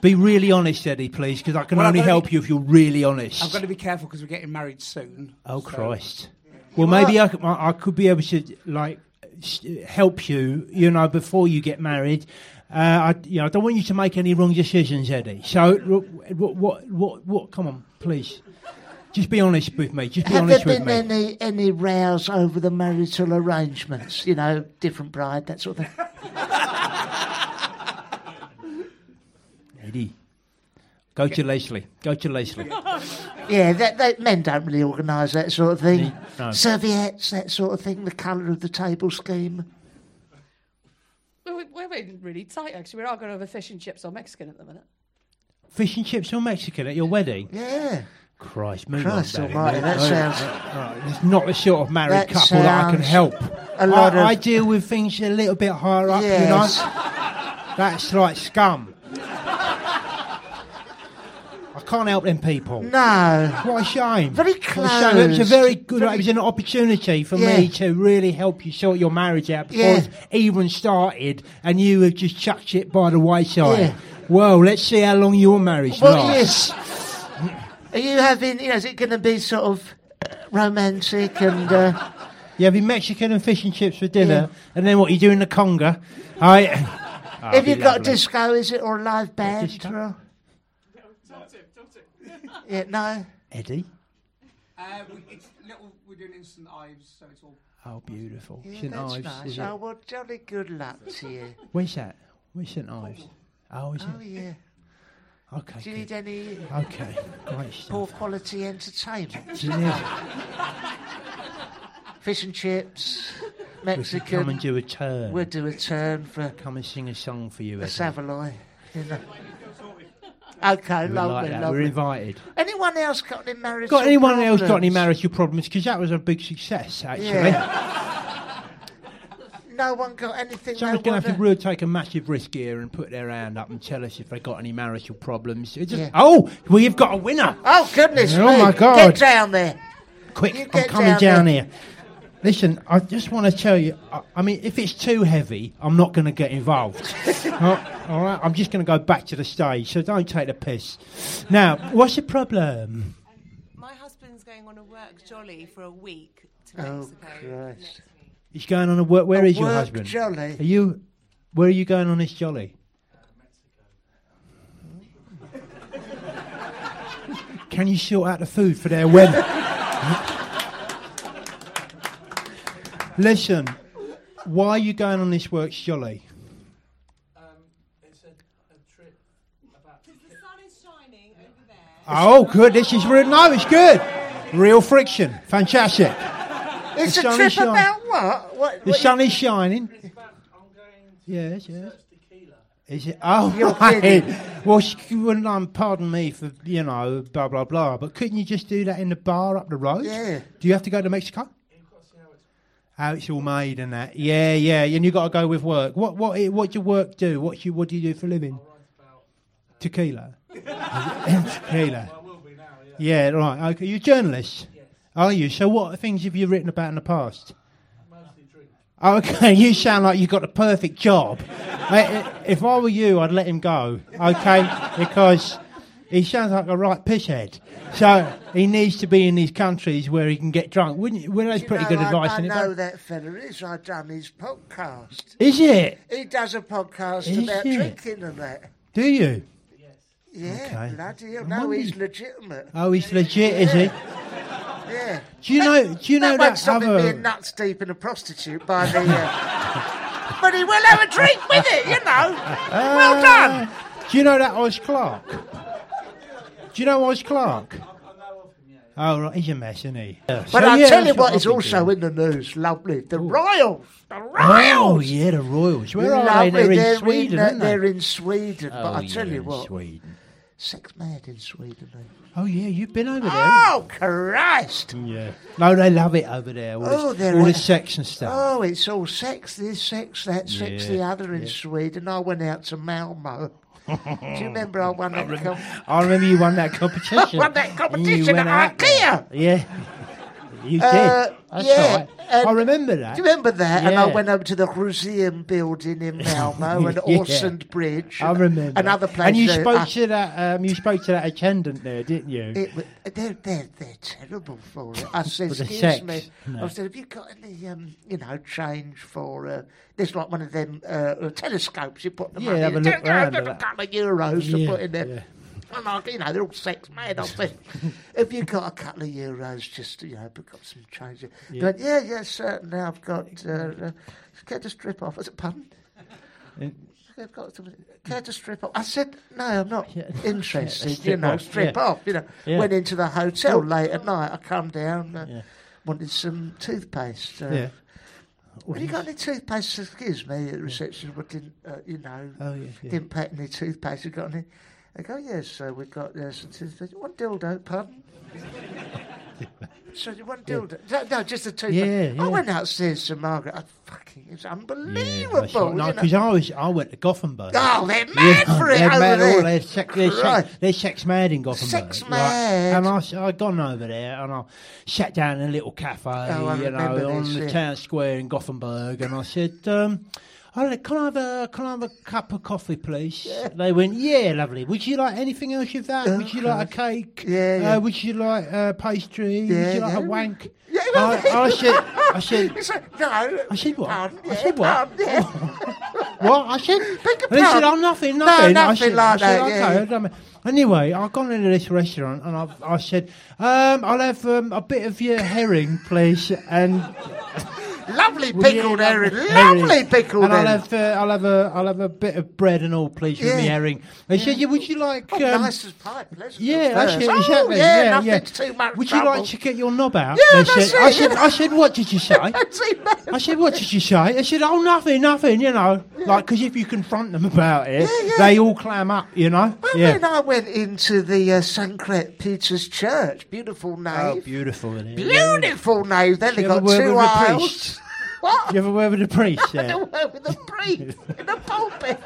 Be really honest, Eddie, please, because I can
Well, I've
only
gotta
help you if you're really honest.
I've got to be careful because we're getting married soon.
oh
so-
Christ! Well, uh, maybe I could, I I could be able to like s- help you, you know, before you get married. Uh, I, you know, I don't want you to make any wrong decisions, Eddie. So, what, what, what, what? Come on, please, just be honest with me. Just be
Have there
honest with
been
me.
any any rows over the marital arrangements? You know, different bride, that sort of thing.
Eddie, go to Leslie. Go to Leslie.
Yeah, that, that men don't really organise that sort of thing.
No.
Serviettes, that sort of thing. The colour of the table scheme.
We're, we're- we're in really tight, actually. We're all going over fish and chips or Mexican at the minute.
Fish and chips or Mexican at your wedding?
Yeah,
Christ, move
Christ
on, Barry.
Almighty,
Move
that
on.
sounds.
Right, It's not the sort of married
That
couple that I can
sounds
help.
a lot
I,
of-
I deal with things a little bit higher up,
Yes.
you know. That's like scum. I can't help them people.
No,
What a shame.
Very
What a shame. It was a
closed.
very good. It was an opportunity for me
Yeah.
to really help you sort your marriage out before
Yeah.
it's even started, and you have just chucked it by the wayside.
Yeah.
Well, let's see how long your marriage
Well,
lasts.
are you having? You know, is it going to be sort of uh, romantic and? Uh,
You're having Mexican and fish and chips for dinner, and then what you do in the conga? I.
have you got
lovely.
disco? Is it or a live band?
disco.
Or... Yeah, no.
Eddie.
Uh, we, it's little, we're doing instant ives, so it's all.
Oh, beautiful.
Yeah,
St
that's
Ives.
nice.
is
Oh,
it?
well, jolly good luck to you.
Where's that? Where's St Ives? Oh, is
Oh,
it?
yeah.
Okay.
Do you need
good.
any
Okay. Great
poor
stuff.
quality entertainment?
Do you need-
Fish and chips,
we should come and
Mexican.
do a turn.
We'll do a turn for
Come and sing a song for you,
a
Eddie.
Savoy. You know. Okay,
We
lovely,
like that. We're
lovely.
invited.
Anyone else got any marriage?
Got anyone else got any marital problems? Because that was a big success, actually.
Yeah. No one got anything.
Someone's
they
going to have to
wanna-
really take a massive risk here and put their hand up and tell us if they got any marital problems. It just,
Yeah.
Oh, well, you've got a winner.
Oh goodness
Oh,
me.
my God.
Get down there. You
Quick, I'm
get
coming
down
down
there.
here. Listen, I just want to tell you. I, I mean, if it's too heavy, I'm not going to get involved. Oh, all right, I'm just going to go back to the stage. So don't take the piss. Now, what's the problem?
My husband's going on a work jolly for a week to
Oh,
Mexico.
Christ.
next week.
He's going on a work. Where
A
is your
work
husband?
jolly.
Are you? Where are you going on this jolly? Can you sort out the food for their wedding? Listen, why are you going on this work jolly?
Um, It's a, a trip.
The sun is shining over there.
Oh, good. This is real. No, it's good. Real friction. Fantastic.
It's
The
a
sun
trip
is shining.
about what? What?
The
what
sun is shining. Yes, yes. Is it? Oh,
You're
right.
kidding.
Well, sh- well, um, pardon me for, you know, blah, blah, blah, but couldn't you just do that in the bar up the road?
Yeah.
Do you have to go to Mexico? How it's all made and that. Yeah, yeah. And you got to go with work. What, what, i- what do your work do? What you, what do you do for a living? uh, Tequila. Tequila. Yeah, right. Okay, you're a journalist, are you? So, what things have you written about in the past? Mostly drink. Okay, you sound like you've got the perfect job. Mate, i- if I were you, I'd let him go. Okay, because he sounds like a right pisshead. So he needs to be in these countries where he can get drunk, wouldn't you? Well, that's
you
pretty
know,
good
I,
advice.
I
isn't it,
know
mate?
that fella is. I've done his podcast.
Is it?
He does a podcast
Is
about
he?
drinking and that.
Do you?
Yeah,
Okay.
bloody hell.
I
No,
wonder-
he's legitimate.
Oh, he's legit, is he?
Yeah.
Uh, Do you know? Do you know
that won't
that
stop him
other?
being nuts deep in a prostitute by the. Uh, but he will have a drink with it, you know.
Uh,
well done.
Do you know that Oz Clark? Do you know Oz Clark? Oh, right, he's a mess, isn't he?
But I'll tell you what is also in the news, lovely. The Royals. The Royals.
Oh, yeah, the Royals. Where are they?
Lovely.
They're in
They're
Sweden,
uh,
aren't they?
They're in Sweden.
oh,
but I'll tell
yeah,
you
in
what,
Sweden.
sex mad in Sweden. eh?
Oh, yeah, you've been over there. haven't
Oh, Christ.
you? Yeah. No, they love it over there. All,
Oh,
this,
they're
all
a-
this sex and stuff.
Oh, it's all sex, this, sex, that, sex,
Yeah,
the other in Sweden. I went out to Malmo. Do you remember I won that com-
I remember you won that competition.
Oh. Won that
And you
competition
went
at
out there.
IKEA.
Yeah. You did.
Uh,
That's
yeah,
right.
and-
I remember that.
Do you remember that? And I
Yeah.
went over to the Museum building in Malmo and
Yeah.
Orsund Bridge.
I
and
remember.
Another place. uh,
And you
that
spoke
I-
to that. Um, you spoke to that attendant there, didn't you?
It, wa- they're, they're, they're terrible for it. I said,
For the
excuse
sex,
me.
no.
I said, have you got any, um, you know, change for... Uh, there's like one of them uh, telescopes you put the
Yeah,
money
have
in.
a look round at
a
that."
couple of euros
Yeah,
to put in there.
yeah.
I'm like, you know, they're all sex mad. I said, have you got a couple of euros just, you know, pick up some change? Yeah. But yeah, yeah, certainly. I've got... Uh, uh, get a strip off. I said, pardon? They've got some. Care to strip off? I said, no, I'm not interested. you
strip
know,
off,
strip
yeah.
off. You know,
Yeah.
went into the hotel late at night. I come down, uh,
Yeah.
wanted some toothpaste. Uh,
Yeah.
Have you got any toothpaste? Excuse me, at the reception, but didn't uh, you know?
Oh, yeah, yeah.
Didn't pack any toothpaste. You got any? I go, yes, so we've got uh, some toothpaste. One dildo, pardon. So one dildo? No, no, just a toothpaste.
Yeah, yeah.
I went outstairs to Margaret. I fucking, it's unbelievable.
Because
you know.
I was, I went to Gothenburg.
Oh, they're mad
Yeah,
for it
they're
over
mad
there.
all they're sex, they're,
Christ.
sex, they're sex mad in Gothenburg.
Sex
right?
mad.
And I, s- I gone over there and I sat down in a little cafe,
Oh, I
you know,
remember
on
this,
the
yeah.
town square in Gothenburg, and I said, um, I don't know, can I have a can I have a cup of coffee, please? They went, yeah, lovely. Would you like anything else with that? Would you like a cake?
Yeah, yeah.
Uh, would you like uh, pastry? would
Yeah,
you like
yeah.
a wank?
Yeah,
I,
well,
I said, I said,
It's like, no.
I said what?
Pardon,
I
yeah,
said what? Oh.
pardon, yeah.
What I said?
Beg your
and he said,
pardon?
"Oh, nothing,
No,
nothing." I
nothing
said,
like
I said,
that,
Okay,
yeah.
I don't mind." Anyway, I've gone into this restaurant and I've, I said, um, "I'll have um, a bit of your herring, please." And
lovely pickled
Yeah,
herring.
herring.
Lovely pickled
And I'll
herring.
have, uh, I'll have a, I'll have a bit of bread and all, please, with me
Yeah.
herring. They said, "Yeah, would you like?"
Oh,
um,
nice as pie, pleasant.
yeah,
as
that's it,
first.
exactly.
Oh, yeah,
yeah,
nothing too much
Would you
trouble.
like to get your knob out?
Yeah,
they
that's
said. I
it,
said,
yeah.
I said, what did you say?
Too much.
I said, "What did you say?" They said, "Oh, nothing, nothing." You know, Like 'cause like because if you confront them about it,
Yeah, yeah.
they all clam up. You know,
Well,
yeah.
then I went into the uh, Sankret Peter's Church. Beautiful
Oh,
nave.
beautiful! Isn't it?
beautiful nave. Then they
You ever
got
word
two
with the
aisles.
priest?
What?
You ever were with the priest?
They
Yeah.
were with the priest in the pulpit.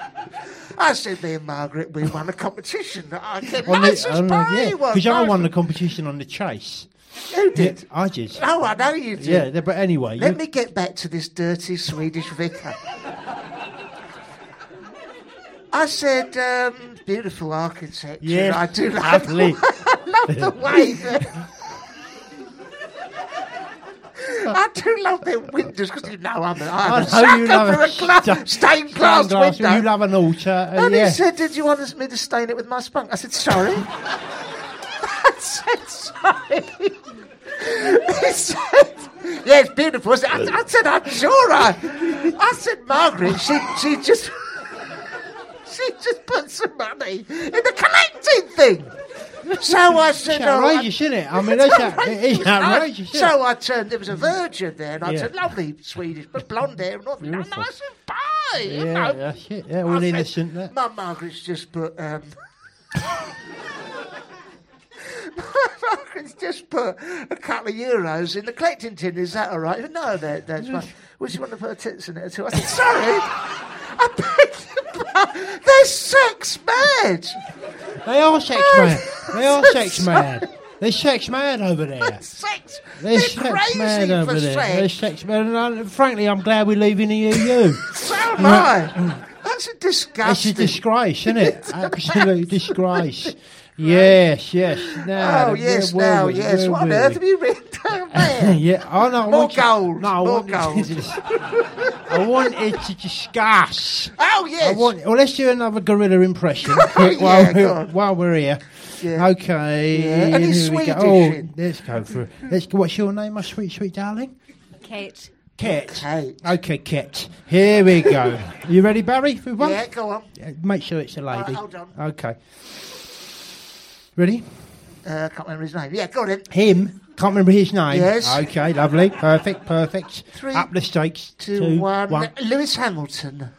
I said, me and Margaret, we won a competition. I said, nice as pie.
yeah,
was,
because I
nice
won
as-
the competition on the chase.
You did.
Yeah, I did.
Oh, I know you did.
Yeah, but anyway,
Let
you-
me get back to this dirty Swedish vicar. I said, um, beautiful architecture.
Yeah,
I do love, the,
lovely.
I love the way that. I do love their windows because you know I'm, a
I
am a
know
sucker
you love
for
a
a gla-
sta-
stained glass,
Sunglass,
window.
You love an altar. uh,
And
yeah.
he said, Did you want me to stain it with my spunk? I said, Sorry. I said, Sorry. he said, Yeah, it's beautiful. I said, I, I said I'm sure I. I said, Margaret, she, she just. She just put some money in the collecting thing. So I said,
It's
"Oh, I-
outrageous, isn't it? I mean, that's out- it is outrageous. isn't it?
So I turned, there was a virgin there, and I
Yeah.
said, lovely Swedish, but blonde hair, not nice
Beautiful.
and pie, you
Yeah,
know.
that's it. Yeah, all
I said,
innocent. That.
My Margaret's just put. Um, my Margaret's just put a couple of euros in the collecting tin. Is that all right? No, that, that's fine. Well, she wanted to put her tits in it too. I said, sorry. I beg your pardon. They're sex mad.
They are sex mad. They are
I'm
sex
sorry.
mad. They're sex mad over there.
Sex.
They're
They're,
sex
crazy
mad
for
over there. They're
sex.
sex mad. And I, frankly, I'm glad we live in the EU.
So am
Mm.
I. That's a
It's
disgusting.
a disgrace, isn't it? Absolute disgrace. Yes, yes. Now,
Oh,
where
yes,
were
now,
we?
yes.
Where
What on
were
earth
we?
have you written down there?
Yeah, I know. I
More
want you-
gold,
No, I
more
want-
gold.
I wanted to discuss.
Oh, yes.
I want. Well, let's do another gorilla impression
Yeah,
quick while,
go
we're,
on.
while we're here.
Yeah.
Okay.
Yeah, and he's
here we go.
Swedish.
Oh, let's go for it. Let's. go- What's your name, my sweet, sweet darling?
Kate.
Kit.
Kate.
Okay, Kit. Here we go. you ready, Barry? For one?
Yeah, go on.
Yeah, Make sure it's a lady.
Right, hold on.
Okay. Ready?
Uh, can't remember his name. Yeah, go on then.
Him. Can't remember his name.
Yes.
Okay, lovely. Perfect, perfect.
Three,
Up the stakes.
Two, one. Lewis Hamilton.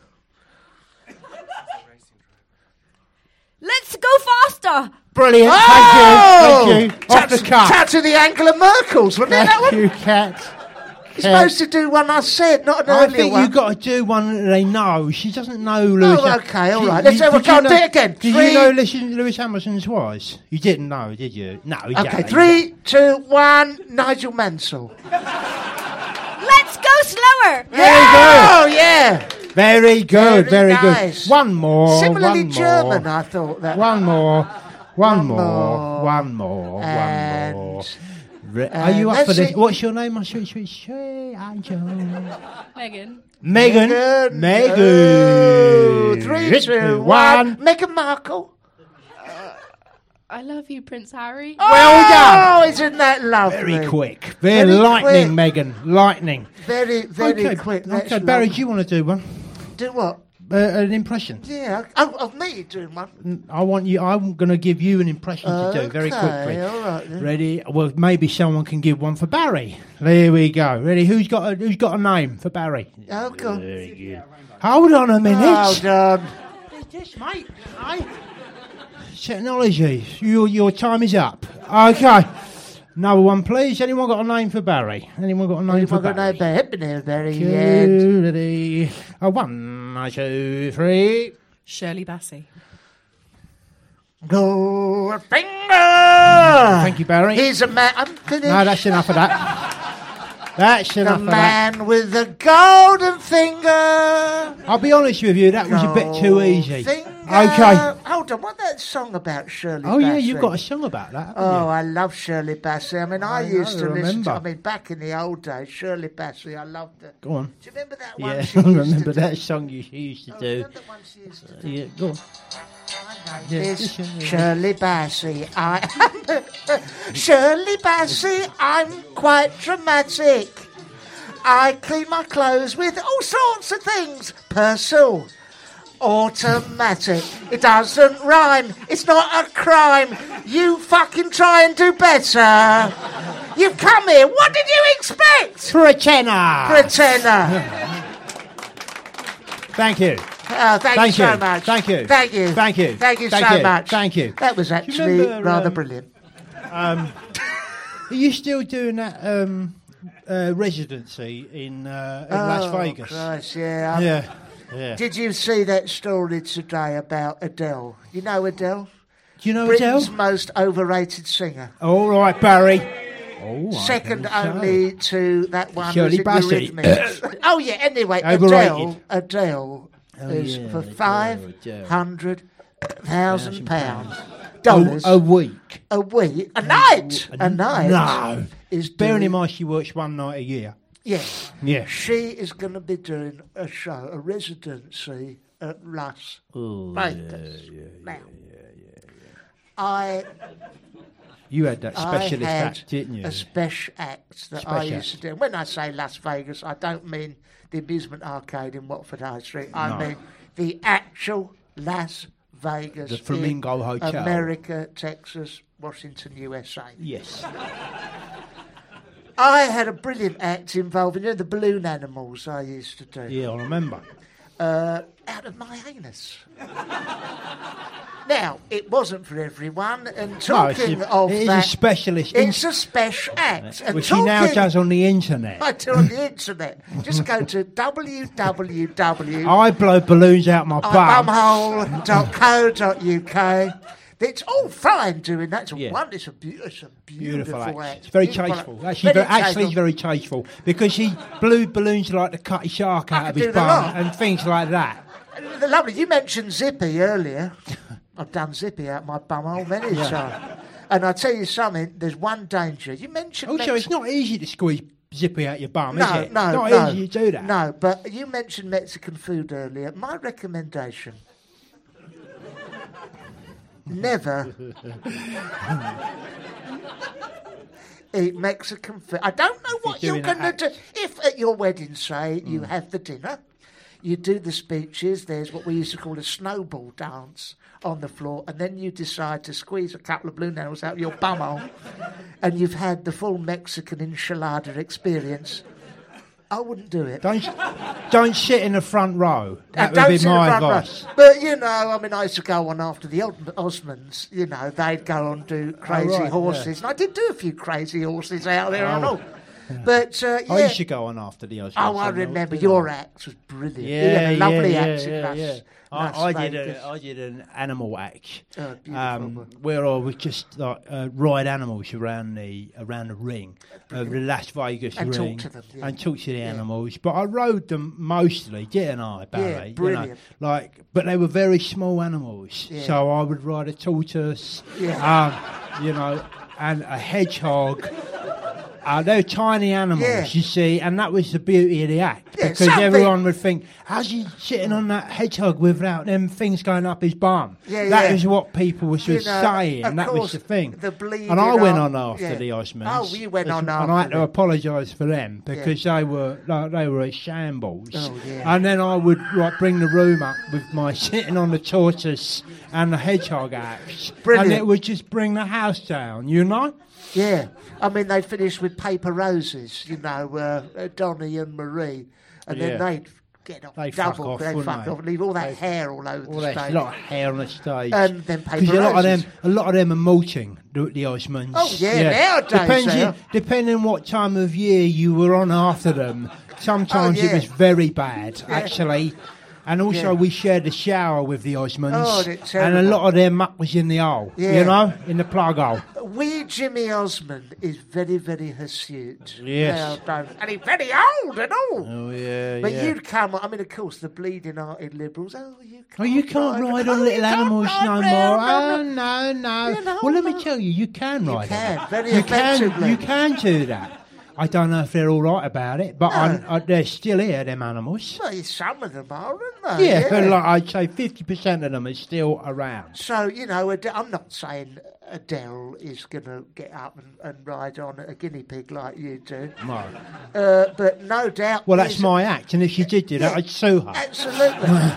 Let's go faster.
Brilliant.
Oh!
Thank you. Thank you. Off the cuff.
Tat to the Angela Merkels, wasn't it, that
Thank
one?
you, Kat.
You're supposed to do one I said, not an
I
earlier
think
one.
you've got to do one that they know. She doesn't know Lewis.
Oh,
Ham-
okay, all
She-
right. Let's
you-
have a
did you
go. Do
know-
it again.
Did
Three-
you know Lewis, Lewis Hamilton's was? You didn't know, did you? No. you
Okay,
don't.
three, two, one. Nigel Mansell.
Let's go slower.
There you go.
Oh, yeah.
Very good. Very,
Very
good.
nice.
One more.
Similarly
Oh, one
German,
More.
I thought that.
One more. One,
One
more.
more.
One more.
And- uh,
one more. Re- Are you up
and
for
that's
this?
it.
What's your name, my sweet, sweet, sweet angel?
Megan.
Megan.
Megan.
Megan.
Oh, Three, two, one. Meghan Markle.
I love you, Prince Harry.
Well done. Oh, isn't that lovely?
Very quick. Very,
Very
lightning,
quick.
Megan. Lightning.
Very, very
okay.
quick. That's
Okay, Barry, do
lovely.
you want to do one?
do what?
Uh, an impression.
Yeah, oh, of me doing one.
I want you. I'm going to give you an impression to do very
Okay,
quickly.
all right then.
Ready? Well, maybe someone can give one for Barry. There we go. Ready? Who's got a, Who's got a name for Barry?
Oh, God.
Hold on a minute.
Well done.
Yes, mate. I... Technology. Your your time is up. Okay. Another one, please. Anyone got a name for Barry? Anyone got a name
You've
for
got
Barry?
no there, Barry. yet.
Two, uh, one, two, three.
Shirley Bassey.
Go a finger.
Thank you, Barry.
He's a man. I'm finished.
No, that's enough of that. That's
the
enough of that.
man with the golden finger.
I'll be honest with you, that was a bit too
Gold
easy.
Oh, Finger.
Okay.
Hold on. What's that song about Shirley?
Oh yeah, you've
Bassey?
got a song about that. haven't
Oh, I love Shirley Bassey. I mean, I,
I
used
know,
to listen
remember.
to. I mean, back in the old days, Shirley Bassey. I loved her.
Go on.
Do you remember that
you?
one?
Yeah,
she
I
used to
remember
do?
that song you she used to
Oh,
do.
remember that one she used to do?
Yeah, go on. Yeah,
This
listen, yeah.
Shirley Bassey, I am Shirley Bassey. I'm quite dramatic. I clean my clothes with all sorts of things. Purcell, automatic. It doesn't rhyme. It's not a crime. You fucking try and do better. You've come here. What did you expect,
Pretender.
pretender?
Thank you.
Oh, thank,
Thank
you so
you.
much.
Thank you.
Thank you.
Thank you.
Thank you
Thank
so
you.
much.
Thank you.
That was
you
actually
remember,
rather
um,
brilliant.
Are you still doing that um, uh, residency in, uh, in Las
Oh,
Vegas?
Christ, yeah.
Yeah. Yeah.
Did you see that story today about Adele? You know Adele?
Do you know
Britain's
Adele? Oh,
most overrated singer.
All right, Barry. All right,
Second
then, so.
only to that one.
Shirley
who's in
Bassey.
Eurythmics. oh, yeah, anyway, Adele,
Overrated. Oh,
Adele is
yeah,
for
Adele,
£500,000 pounds.
A,
Dollars
a week.
a week, a night, a night.
No.
Is
Bearing in
doing-
mind she works one night a year.
Yes.
Yeah.
She is going to be doing a show, a residency at Las Vegas. now, I,
You had that
I
specialist
had
act, didn't you?
a special act that I
Special
used to do. When I say Las Vegas, I don't mean the amusement arcade in Watford High Street. I mean the actual Las Vegas,
The Flamingo
in
Hotel.
America, Texas, Washington, USA.
Yes.
I had a brilliant act involving you know, the balloon animals I used to do.
Yeah, I remember.
Uh, out of my anus. now, it wasn't for everyone, and
No, it's
talking
a-
of
it is
that,
a specialist
It's a special act, and
Which he
talking,
now does on the internet.
I do on the internet. Just go to www.
I blow balloons out my bum.
bumhole.co.uk. It's all fine doing that. It's a
Yeah.
wonderful, it's a beau- it's a beautiful,
Beautiful act.
act.
It's very
Beautiful
chasteful.
act.
Actually, very,
Very
actually
chasteful.
very chasteful because he blew balloons like to cut a shark out of
could
his
do the
bum
lot.
and things like that.
Uh, Lovely. You mentioned Zippy earlier. I've done Zippy out my bumhole many
Yeah.
times. And I tell you something. There's one danger. You mentioned
Also, it's not easy to squeeze zippy out your bum,
no,
is it?
no,
not
no.
easy to do that.
No, but you mentioned Mexican food earlier. My recommendation: never eat Mexican food. I don't know what
You're
you're
doing Mm.
going
an
to do. If at your wedding, say you have the dinner, you do the speeches. There's what we used to call a snowball dance on the floor, and then you decide to squeeze a couple of blue nails out of your bumhole, and you've had the full Mexican enchilada experience. I wouldn't do it.
Don't don't sit in the front row. That
And
would
don't
be
sit in
my
front row.
advice.
But you know, I mean, I used to go on after the Os- Osmonds. You know, they'd go on do crazy
Oh, right, yeah. Oh,
horses, and I did do a few crazy horses out there and all. But uh, yeah.
I used to Oh, go on after the Osmonds.
Oh, I
didn't
remember
didn't
your
I?
act was brilliant.
Yeah,
you had a lovely
yeah,
act
yeah,
in
yeah,
Las,
yeah.
Las
I, I did
Vegas.
a, I did an animal act, um,
Oh, beautiful.
where I was just like uh, ride animals around the around the ring, uh, the Las Vegas
And talk
ring,
to them, yeah.
and talk to the animals. But I rode them mostly, didn't I, Barry? You know,
brilliant.
like, but they were very small animals,
Yeah.
so I would ride a tortoise, um, you know, and a hedgehog. Uh, they're tiny animals,
Yeah.
you see, and that was the beauty of the act
Yeah,
because
something-
everyone would think, "How's he sitting on that hedgehog without them things going up his bum?"
Yeah,
that
yeah.
was what people were
You
just
know,
saying.
of
That was
course,
the thing.
the bleeding
and I went
up-
on after
yeah.
the Osmonds.
Oh, you went on
and I
after
had to
them.
apologise for them because they were like, they were a shambles.
Oh, yeah.
And then I would like bring the room up with my sitting on the tortoise and the hedgehog acts,
Brilliant.
and it would just bring the house down, you know.
Yeah, I mean they finished with paper roses, you know, uh, Donny and Marie, and then
Yeah.
they'd get off
They fuck
double,
off,
they
wouldn't
fuck
they?
off, leave all that hair all over
All
the
that
stage.
lot of hair on the stage.
And then
Because
paper
a lot of
roses.
them, a lot of them are molting the, the Osmonds.
Oh, yeah, nowadays
Depending,
they are.
depending what time of year you were on after them. Sometimes it
yeah.
was very bad, actually. And also,
Yeah.
we shared a shower with the Osmonds,
Oh, they're
and a
terrible.
lot of their muck was in the hole, you
Yeah.
know, in the plug hole.
Wee Jimmy Osmond is very, very hirsute.
Yes.
Nowadays, and he's very old and all.
Oh yeah,
But you'd come, I mean, of course, the bleeding-hearted liberals. Oh, you can't.
Oh, you can't ride on
oh,
little
you can't
animals
ride
no
round
more.
on
Oh, no, no.
You know,
well, let me
no.
tell you, you can ride
can,
on
very
you can,
effectively.
you can do that. I don't know if they're all right about it, but I'm, I, they're still here, them animals.
Well, some of them are, aren't they?
Yeah, but like I'd say 50% of them are still around.
So, you know, Ad- I'm not saying Adele is going to get up and, and ride on a guinea pig like you do.
No.
Uh, but no doubt.
Well, that's
there's-
my act, and if she did do that, I'd sue her.
Absolutely.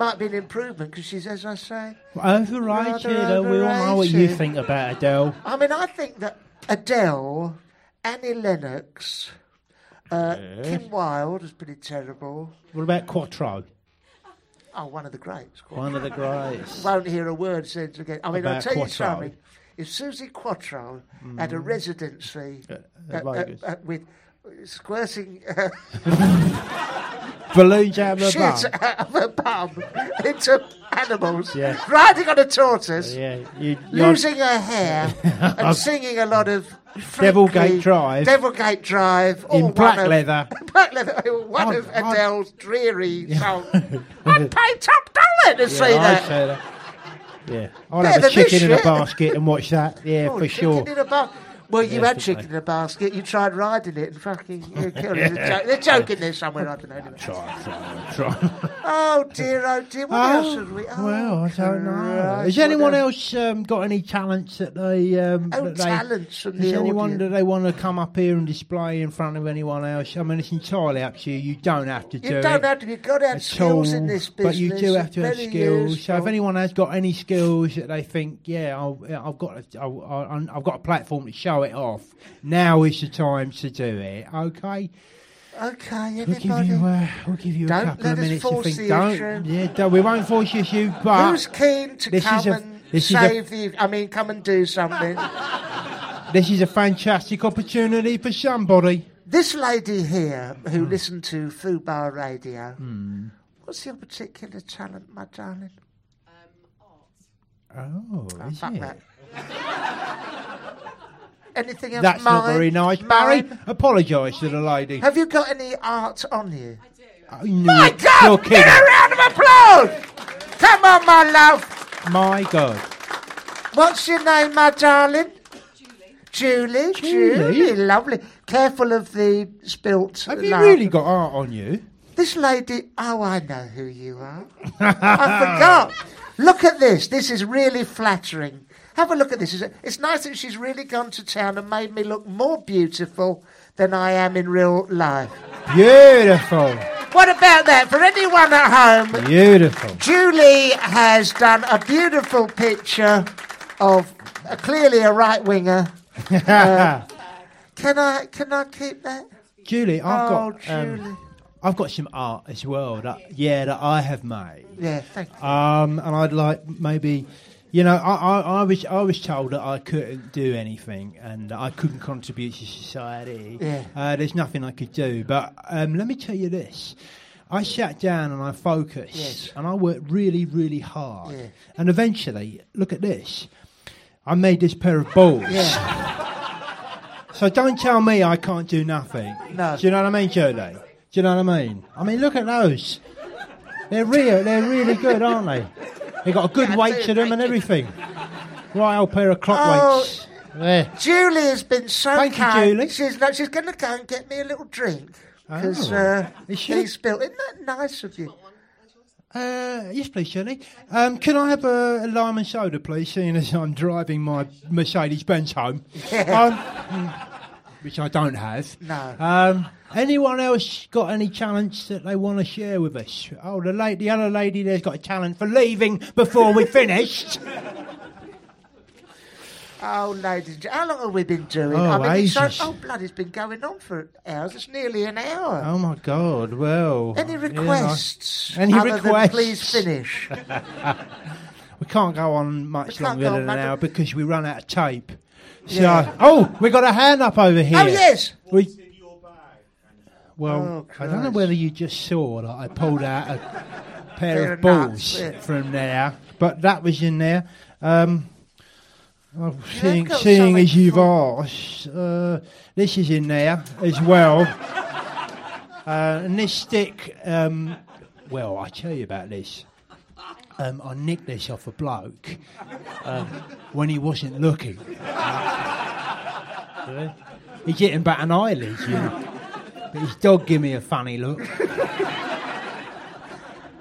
Might be an improvement because she's, as I say,
Overrated, uh, we all know what you
overrated.
think about Adele.
I mean, I think that Adele, Annie Lennox, uh, Kim Wilde is pretty terrible.
What about Quattro?
Oh, one of the greats. Quite.
One of the greats.
Won't hear a word said again. I mean, I'll
About
tell you
Quattro.
something. If Susie Quattro had a residency
Mm. at
uh, uh,
Vegas.
uh, with squirting uh,
Balloons out of
shit
her bum.
out of her bum into animals,
Yeah.
riding on a tortoise,
Yeah, you, you're-
losing her hair, and singing a lot of
Devil
frankly,
Gate Drive.
Devil Gate Drive, or
In
one
black
of-
leather.
black leather, one
I'd-
of
I'd-
Adele's dreary songs. I'd pay top dollar to see that.
I'd say that. Yeah, I'll
Better
have a
than this
chicken in a
shit.
basket and watch that. Yeah,
Oh,
for
chicken
sure.
in a bar. Well, you
Yes,
had chicken in a basket, you tried riding it and fucking you killed it. There's a joke- There's a joke in there somewhere, I don't know. Anyway. Oh dear, oh dear, what else
Oh,
have we? Oh,
well, I don't know. Has
Christ,
anyone
what else?
else um, got any talents that they? Um,
Oh,
that they,
talents from
Is
the
anyone
audience.
that they want to come up here and display in front of anyone else? I mean, it's entirely up to you. You don't have to do
You
it.
don't have to. You've got to have
at
skills in
all,
this business.
But you do have
It's
to have
very
skills. So if
useful.
anyone has got any skills that they think, yeah, I'll, yeah, I've got, a, I'll, I'll, I've got a platform to show it off. Now is the time to do it. Okay.
Okay,
We'll give
everybody.
you, uh, we'll give you a
Don't
couple
let
of
us
minutes to
force
think.
the
Don't,
issue.
yeah, don't, we won't force the issue. But
Who's keen to
this
come
is a,
and
this
save
Is
the? I mean, come and do something.
a, this is a fantastic opportunity for somebody.
this lady here
Hmm.
who listened to Fubar Radio. What's your particular talent, my darling?
Oh,
Oh,
is
fuck
it?
that. Anything else?
That's not
Mine?
very nice,
Mine?
Barry. Apologise to the lady.
Have you got any art on you?
I knew
My
it. You're
God! Give
kidding.
her a round of applause! Come on, my love.
My God.
What's your name, my darling? Julie. Julie,
Julie?
Julie, lovely. Careful of the spilt.
Have you
lard.
really got art on you?
This lady. Oh, I know who you are. I forgot. Look at this. This is really flattering. Have a look at this. It's- It's nice that she's really gone to town and made me look more beautiful than I am in real life.
Beautiful.
What about that? For anyone at home,
Beautiful.
Julie has done a beautiful picture of uh, clearly a right winger. Can I can I keep that?
Julie, I've
oh,
got um,
Julie.
I've got some art as well that yeah that I have made.
yeah, thank you.
Um, and I'd like maybe, you know, I, I, I was I was told that I couldn't do anything and that I couldn't contribute to society.
Yeah.
Uh, there's nothing I could do. But um, let me tell you this. I sat down and I focused
Yes.
and I worked really, really hard.
Yeah.
And eventually, look at this. I made this pair of balls.
Yeah.
So don't tell me I can't do nothing.
No.
Do you know what I mean, Julie? Do you know what I mean? I mean, look at those. They're real. They're really good, aren't they? They got a good
Yeah, I
weight
do
to them and
like it.
everything. Right old pair of clock
Oh.
weights. There.
Julie has been so
Thank you,
kind.
Julie.
She's no, she's going to go and get me a little drink because
Oh.
uh,
Is she?
he spilled. Isn't that nice of you?
Uh, yes, please, Shirley. Um, can I have a, a lime and soda, please? Seeing as I'm driving my Mercedes Benz home, Um, which I don't have.
No.
Um, anyone else got any talents that they want to share with us? Oh, the late, the other lady there's got a talent for leaving before we finished.
Oh, ladies and gen- how long have we been doing?
Oh,
I mean, it's
ages.
so, oh, blood, it's been going on for hours. It's nearly an hour.
Oh my God! Well,
Any
you know,
requests?
Any
other Than
requests?
please finish.
we can't go on much
We can't
longer
go on
than an
much-
hour because we run out of tape. So,
Yeah.
oh, we got a hand up over here.
Oh yes.
We, well,
Oh,
I don't know
Christ.
whether you just saw that I pulled out a pair
They're
of
nuts,
balls
yeah.
from there, but that was in there. Um, well, seeing
got
seeing as
something
you've
for-
asked, uh, this is in there as well. Uh, and this stick, um, well, I tell you about this. Um, I nicked this off a bloke um, when he wasn't looking. He's hitting back an eyelid, you know. But his dog give me a funny look.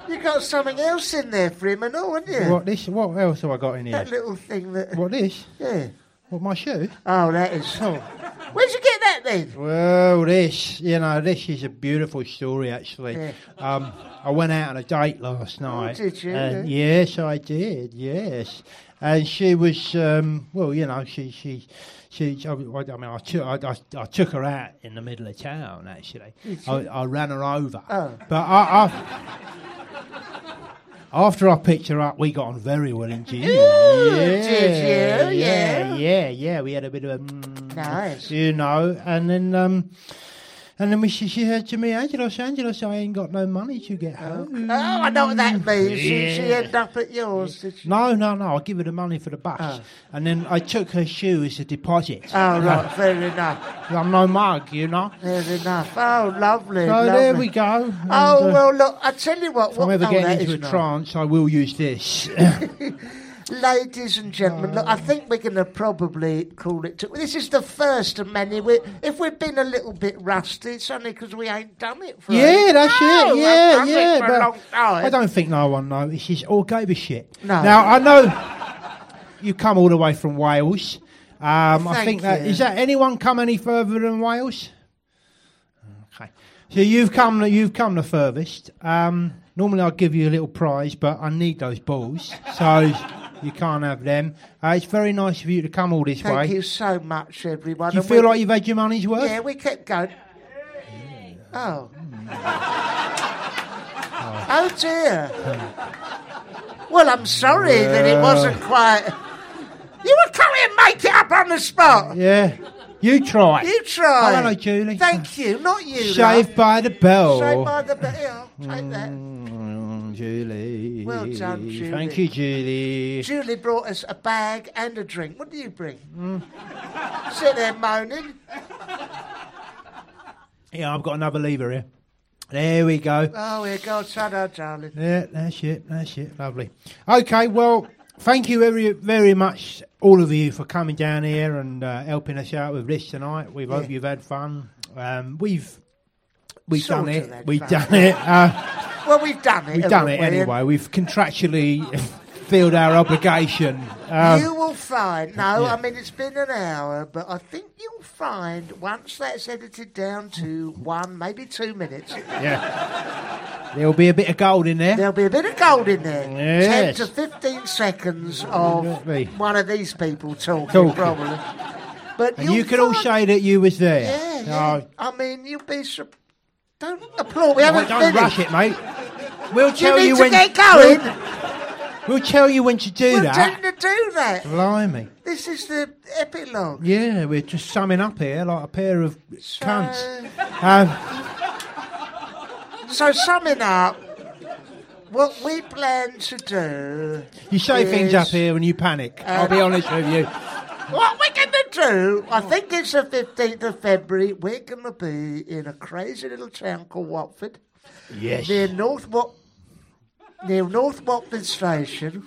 You got something else in there for him and all, haven't you?
What this? What else have I got in here?
That little thing that.
What this?
Yeah.
What my shoe?
Oh, that is. Where'd you get that then?
Well, this, you know, this is a beautiful story actually.
Yeah. Oh,
Um, I went out on a date last night.
did you?
and yes, I did. Yes, and she was, um, well, you know, she, she, she. I mean, I took, I, I, I took her out in the middle of town actually. I, I ran her over.
Oh.
But I, I, After I picked her up, we got on very well indeed. yeah,
did you?
yeah,
Yeah.
yeah, yeah. We had a bit of a mm,
Nice.
you know, and then um, and then we, she, she said to me, Angelos, Angelos, I ain't got no money to get home.
Oh, I know what that means. She, she ended up at yours, did she?
No, no, no. I give her the money for the bus,
Ah.
and then I took her shoe as a deposit.
Oh, right, fair enough.
I'm no mug, you know.
Fair enough. Oh, lovely.
So
lovely.
there we go. And,
Oh,
uh,
well, look, I tell you what.
If I'm
what
ever
oh,
getting
that
into a
is nice.
trance, I will use this.
Ladies and gentlemen, look, I think we're going to probably call it to. This is the first of many. we if we've been a little bit rusty, it's only because we ain't done it for
Yeah, that's
No,
it.
I've
Yeah,
done it
yeah.
for a
but
long time.
I don't think no one notices or gave a shit.
No.
Now I know you come all the way from Wales. Um, I
Thank
think that is
you.
that anyone come any further than Wales? Okay. So you've come the- you've come the furthest. Um, normally I'd give you a little prize, but I need those balls, so you can't have them. Uh, it's very nice of you to come all this
Thank
way.
you so much, everyone.
Do you
And
feel
we-
like you've had your money's worth?
Yeah, we kept going. Oh. Oh dear. Well, I'm sorry that it
Well.
wasn't quite. You were coming and make it up on the spot.
Yeah. You try.
You try.
Oh, hello, Julie.
Thank you, not you.
Shaved by the bell.
love. Shaved by the bell. Take that.
Mm, Julie.
Well done, Julie.
Thank you, Julie.
Julie brought us a bag and a drink. What do you bring?
Mm.
Sit there moaning.
yeah, I've got another lever here. There we go.
Oh, here goes, hello, darling.
Yeah, that's it. That's it. Lovely. Okay, well, thank you very, very much, all of you, for coming down here and uh, helping us out with this tonight. We hope
Yeah.
you've had fun. Um, we've we've
Sort
done
of
it.
had
We've
fun.
done it. Uh,
Well, we've done it.
we've done it
haven't we?
anyway. We've contractually filled our obligation. Um,
you will find. No,
yeah.
I mean it's been an hour, but I think you'll find once that's edited down to one, maybe two minutes,
yeah. There'll be a bit of gold in there.
there'll be a bit of gold in there.
Yes.
Ten to fifteen seconds of
Lovely.
one of these people talking,
Talking.
probably. But
And
you'll
you can all
find-
say that you was there.
Yeah, yeah.
Oh,
I mean, you'll be. Sur- don't applaud. We
well,
haven't
don't
finished.
rush it, mate. We'll
You
tell
need
you
to
when.
get going.
We'll tell you when to do
We're
that.
trying to do that.
Blimey.
This is the epilogue.
Yeah, we're just summing up here like a pair of
So-
cunts. Um,
So summing up, what we plan to do.
you say things
is-
up here and you panic.
Uh,
I'll be honest with you.
What we're going to do, I think it's the 15th of February, we're going to be in a crazy little town called Watford,
Yes.
near North, Wat- near North Watford Station.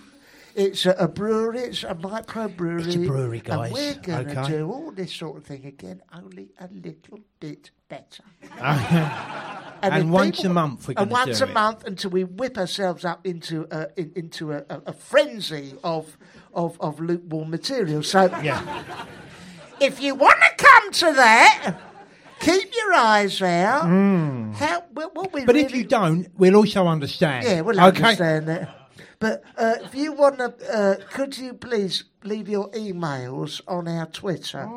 It's a, a brewery, it's a microbrewery.
It's a brewery, guys.
And we're going to
Okay.
do all this sort of thing again, only a little bit better.
And
if
once a month we're
and
gonna
once
do
a
it.
month until we whip ourselves up into a, in, into a, a, a frenzy of, of of lukewarm material. So
Yeah.
if you want to come to that, keep your eyes out. How, what, what we
Hmm. But
really,
if you don't, we'll also understand.
yeah, we'll
okay?
understand that. But uh, if you want to, uh, could you please leave your emails on our Twitter?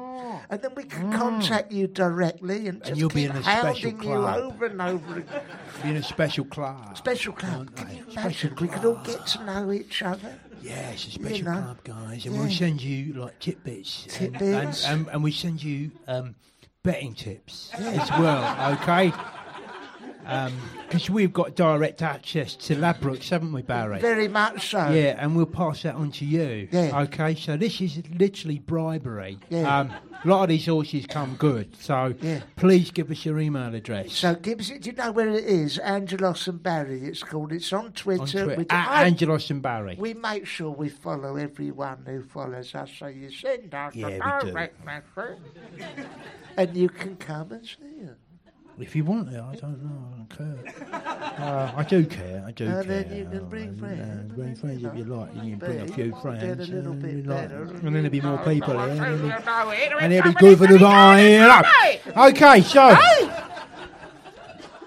And then we can contact you directly and, just
Oh. Mm. you'll be
keep
in a special
hounding you
club.
over and over again.
Be in a special class.
Special club. Can you imagine? We could all get to know each other.
Yes, a special
know.
club, guys, and we'll
Yeah.
send you like tidbits, um, and-
Tidbits.
and, and, and we send you um, betting tips as well. Okay, because we've got direct access to Labrooks, haven't we, Barry?
Very much so.
Yeah, and we'll pass that on to you.
Yeah.
Okay, so this is literally bribery.
Yeah.
Um, a lot of these horses come good, so
Yeah.
please give us your email address.
So Gibbs, do you know where it is? Angelos and Barry, it's called. It's on Twitter.
on Twitter,
We, do-
at
I-
Angelos and Barry.
we make sure we follow everyone who follows us. So you send us
Yeah,
a
we do.
direct message, and you can come and see us.
If you want it, I don't know. I don't care. Uh, I do care. I do
Uh,
care.
then you can bring
and,
friends,
Uh, bring
and
friends if you like. and You can bring a
maybe
few
I'll do it
friends.
a little
and
bit
you like-
better.
And then there'll be more people here. And it'll be- and
And
it'll be good for the night. Okay, so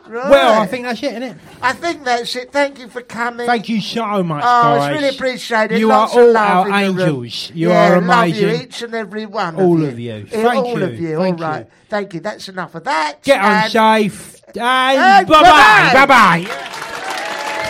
well, I think that's it, isn't it?
I think that's it. Thank you for coming.
Thank you so much,
Oh,
guys.
it's really appreciated.
You
Lots
are
of
all our
love in the room.
angels. You
yeah,
are
love
amazing.
you, each and every one.
All
of
of
you.
you.
Yeah,
Thank
all
you.
of you.
Thank
all right.
you.
Thank you. That's enough of that.
Get on
And-
safe.
and
And bye bye. Bye
bye-bye.
bye.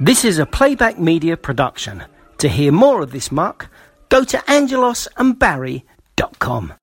This is a playback media production. To hear more of this muck, go to angelosandbarry.com.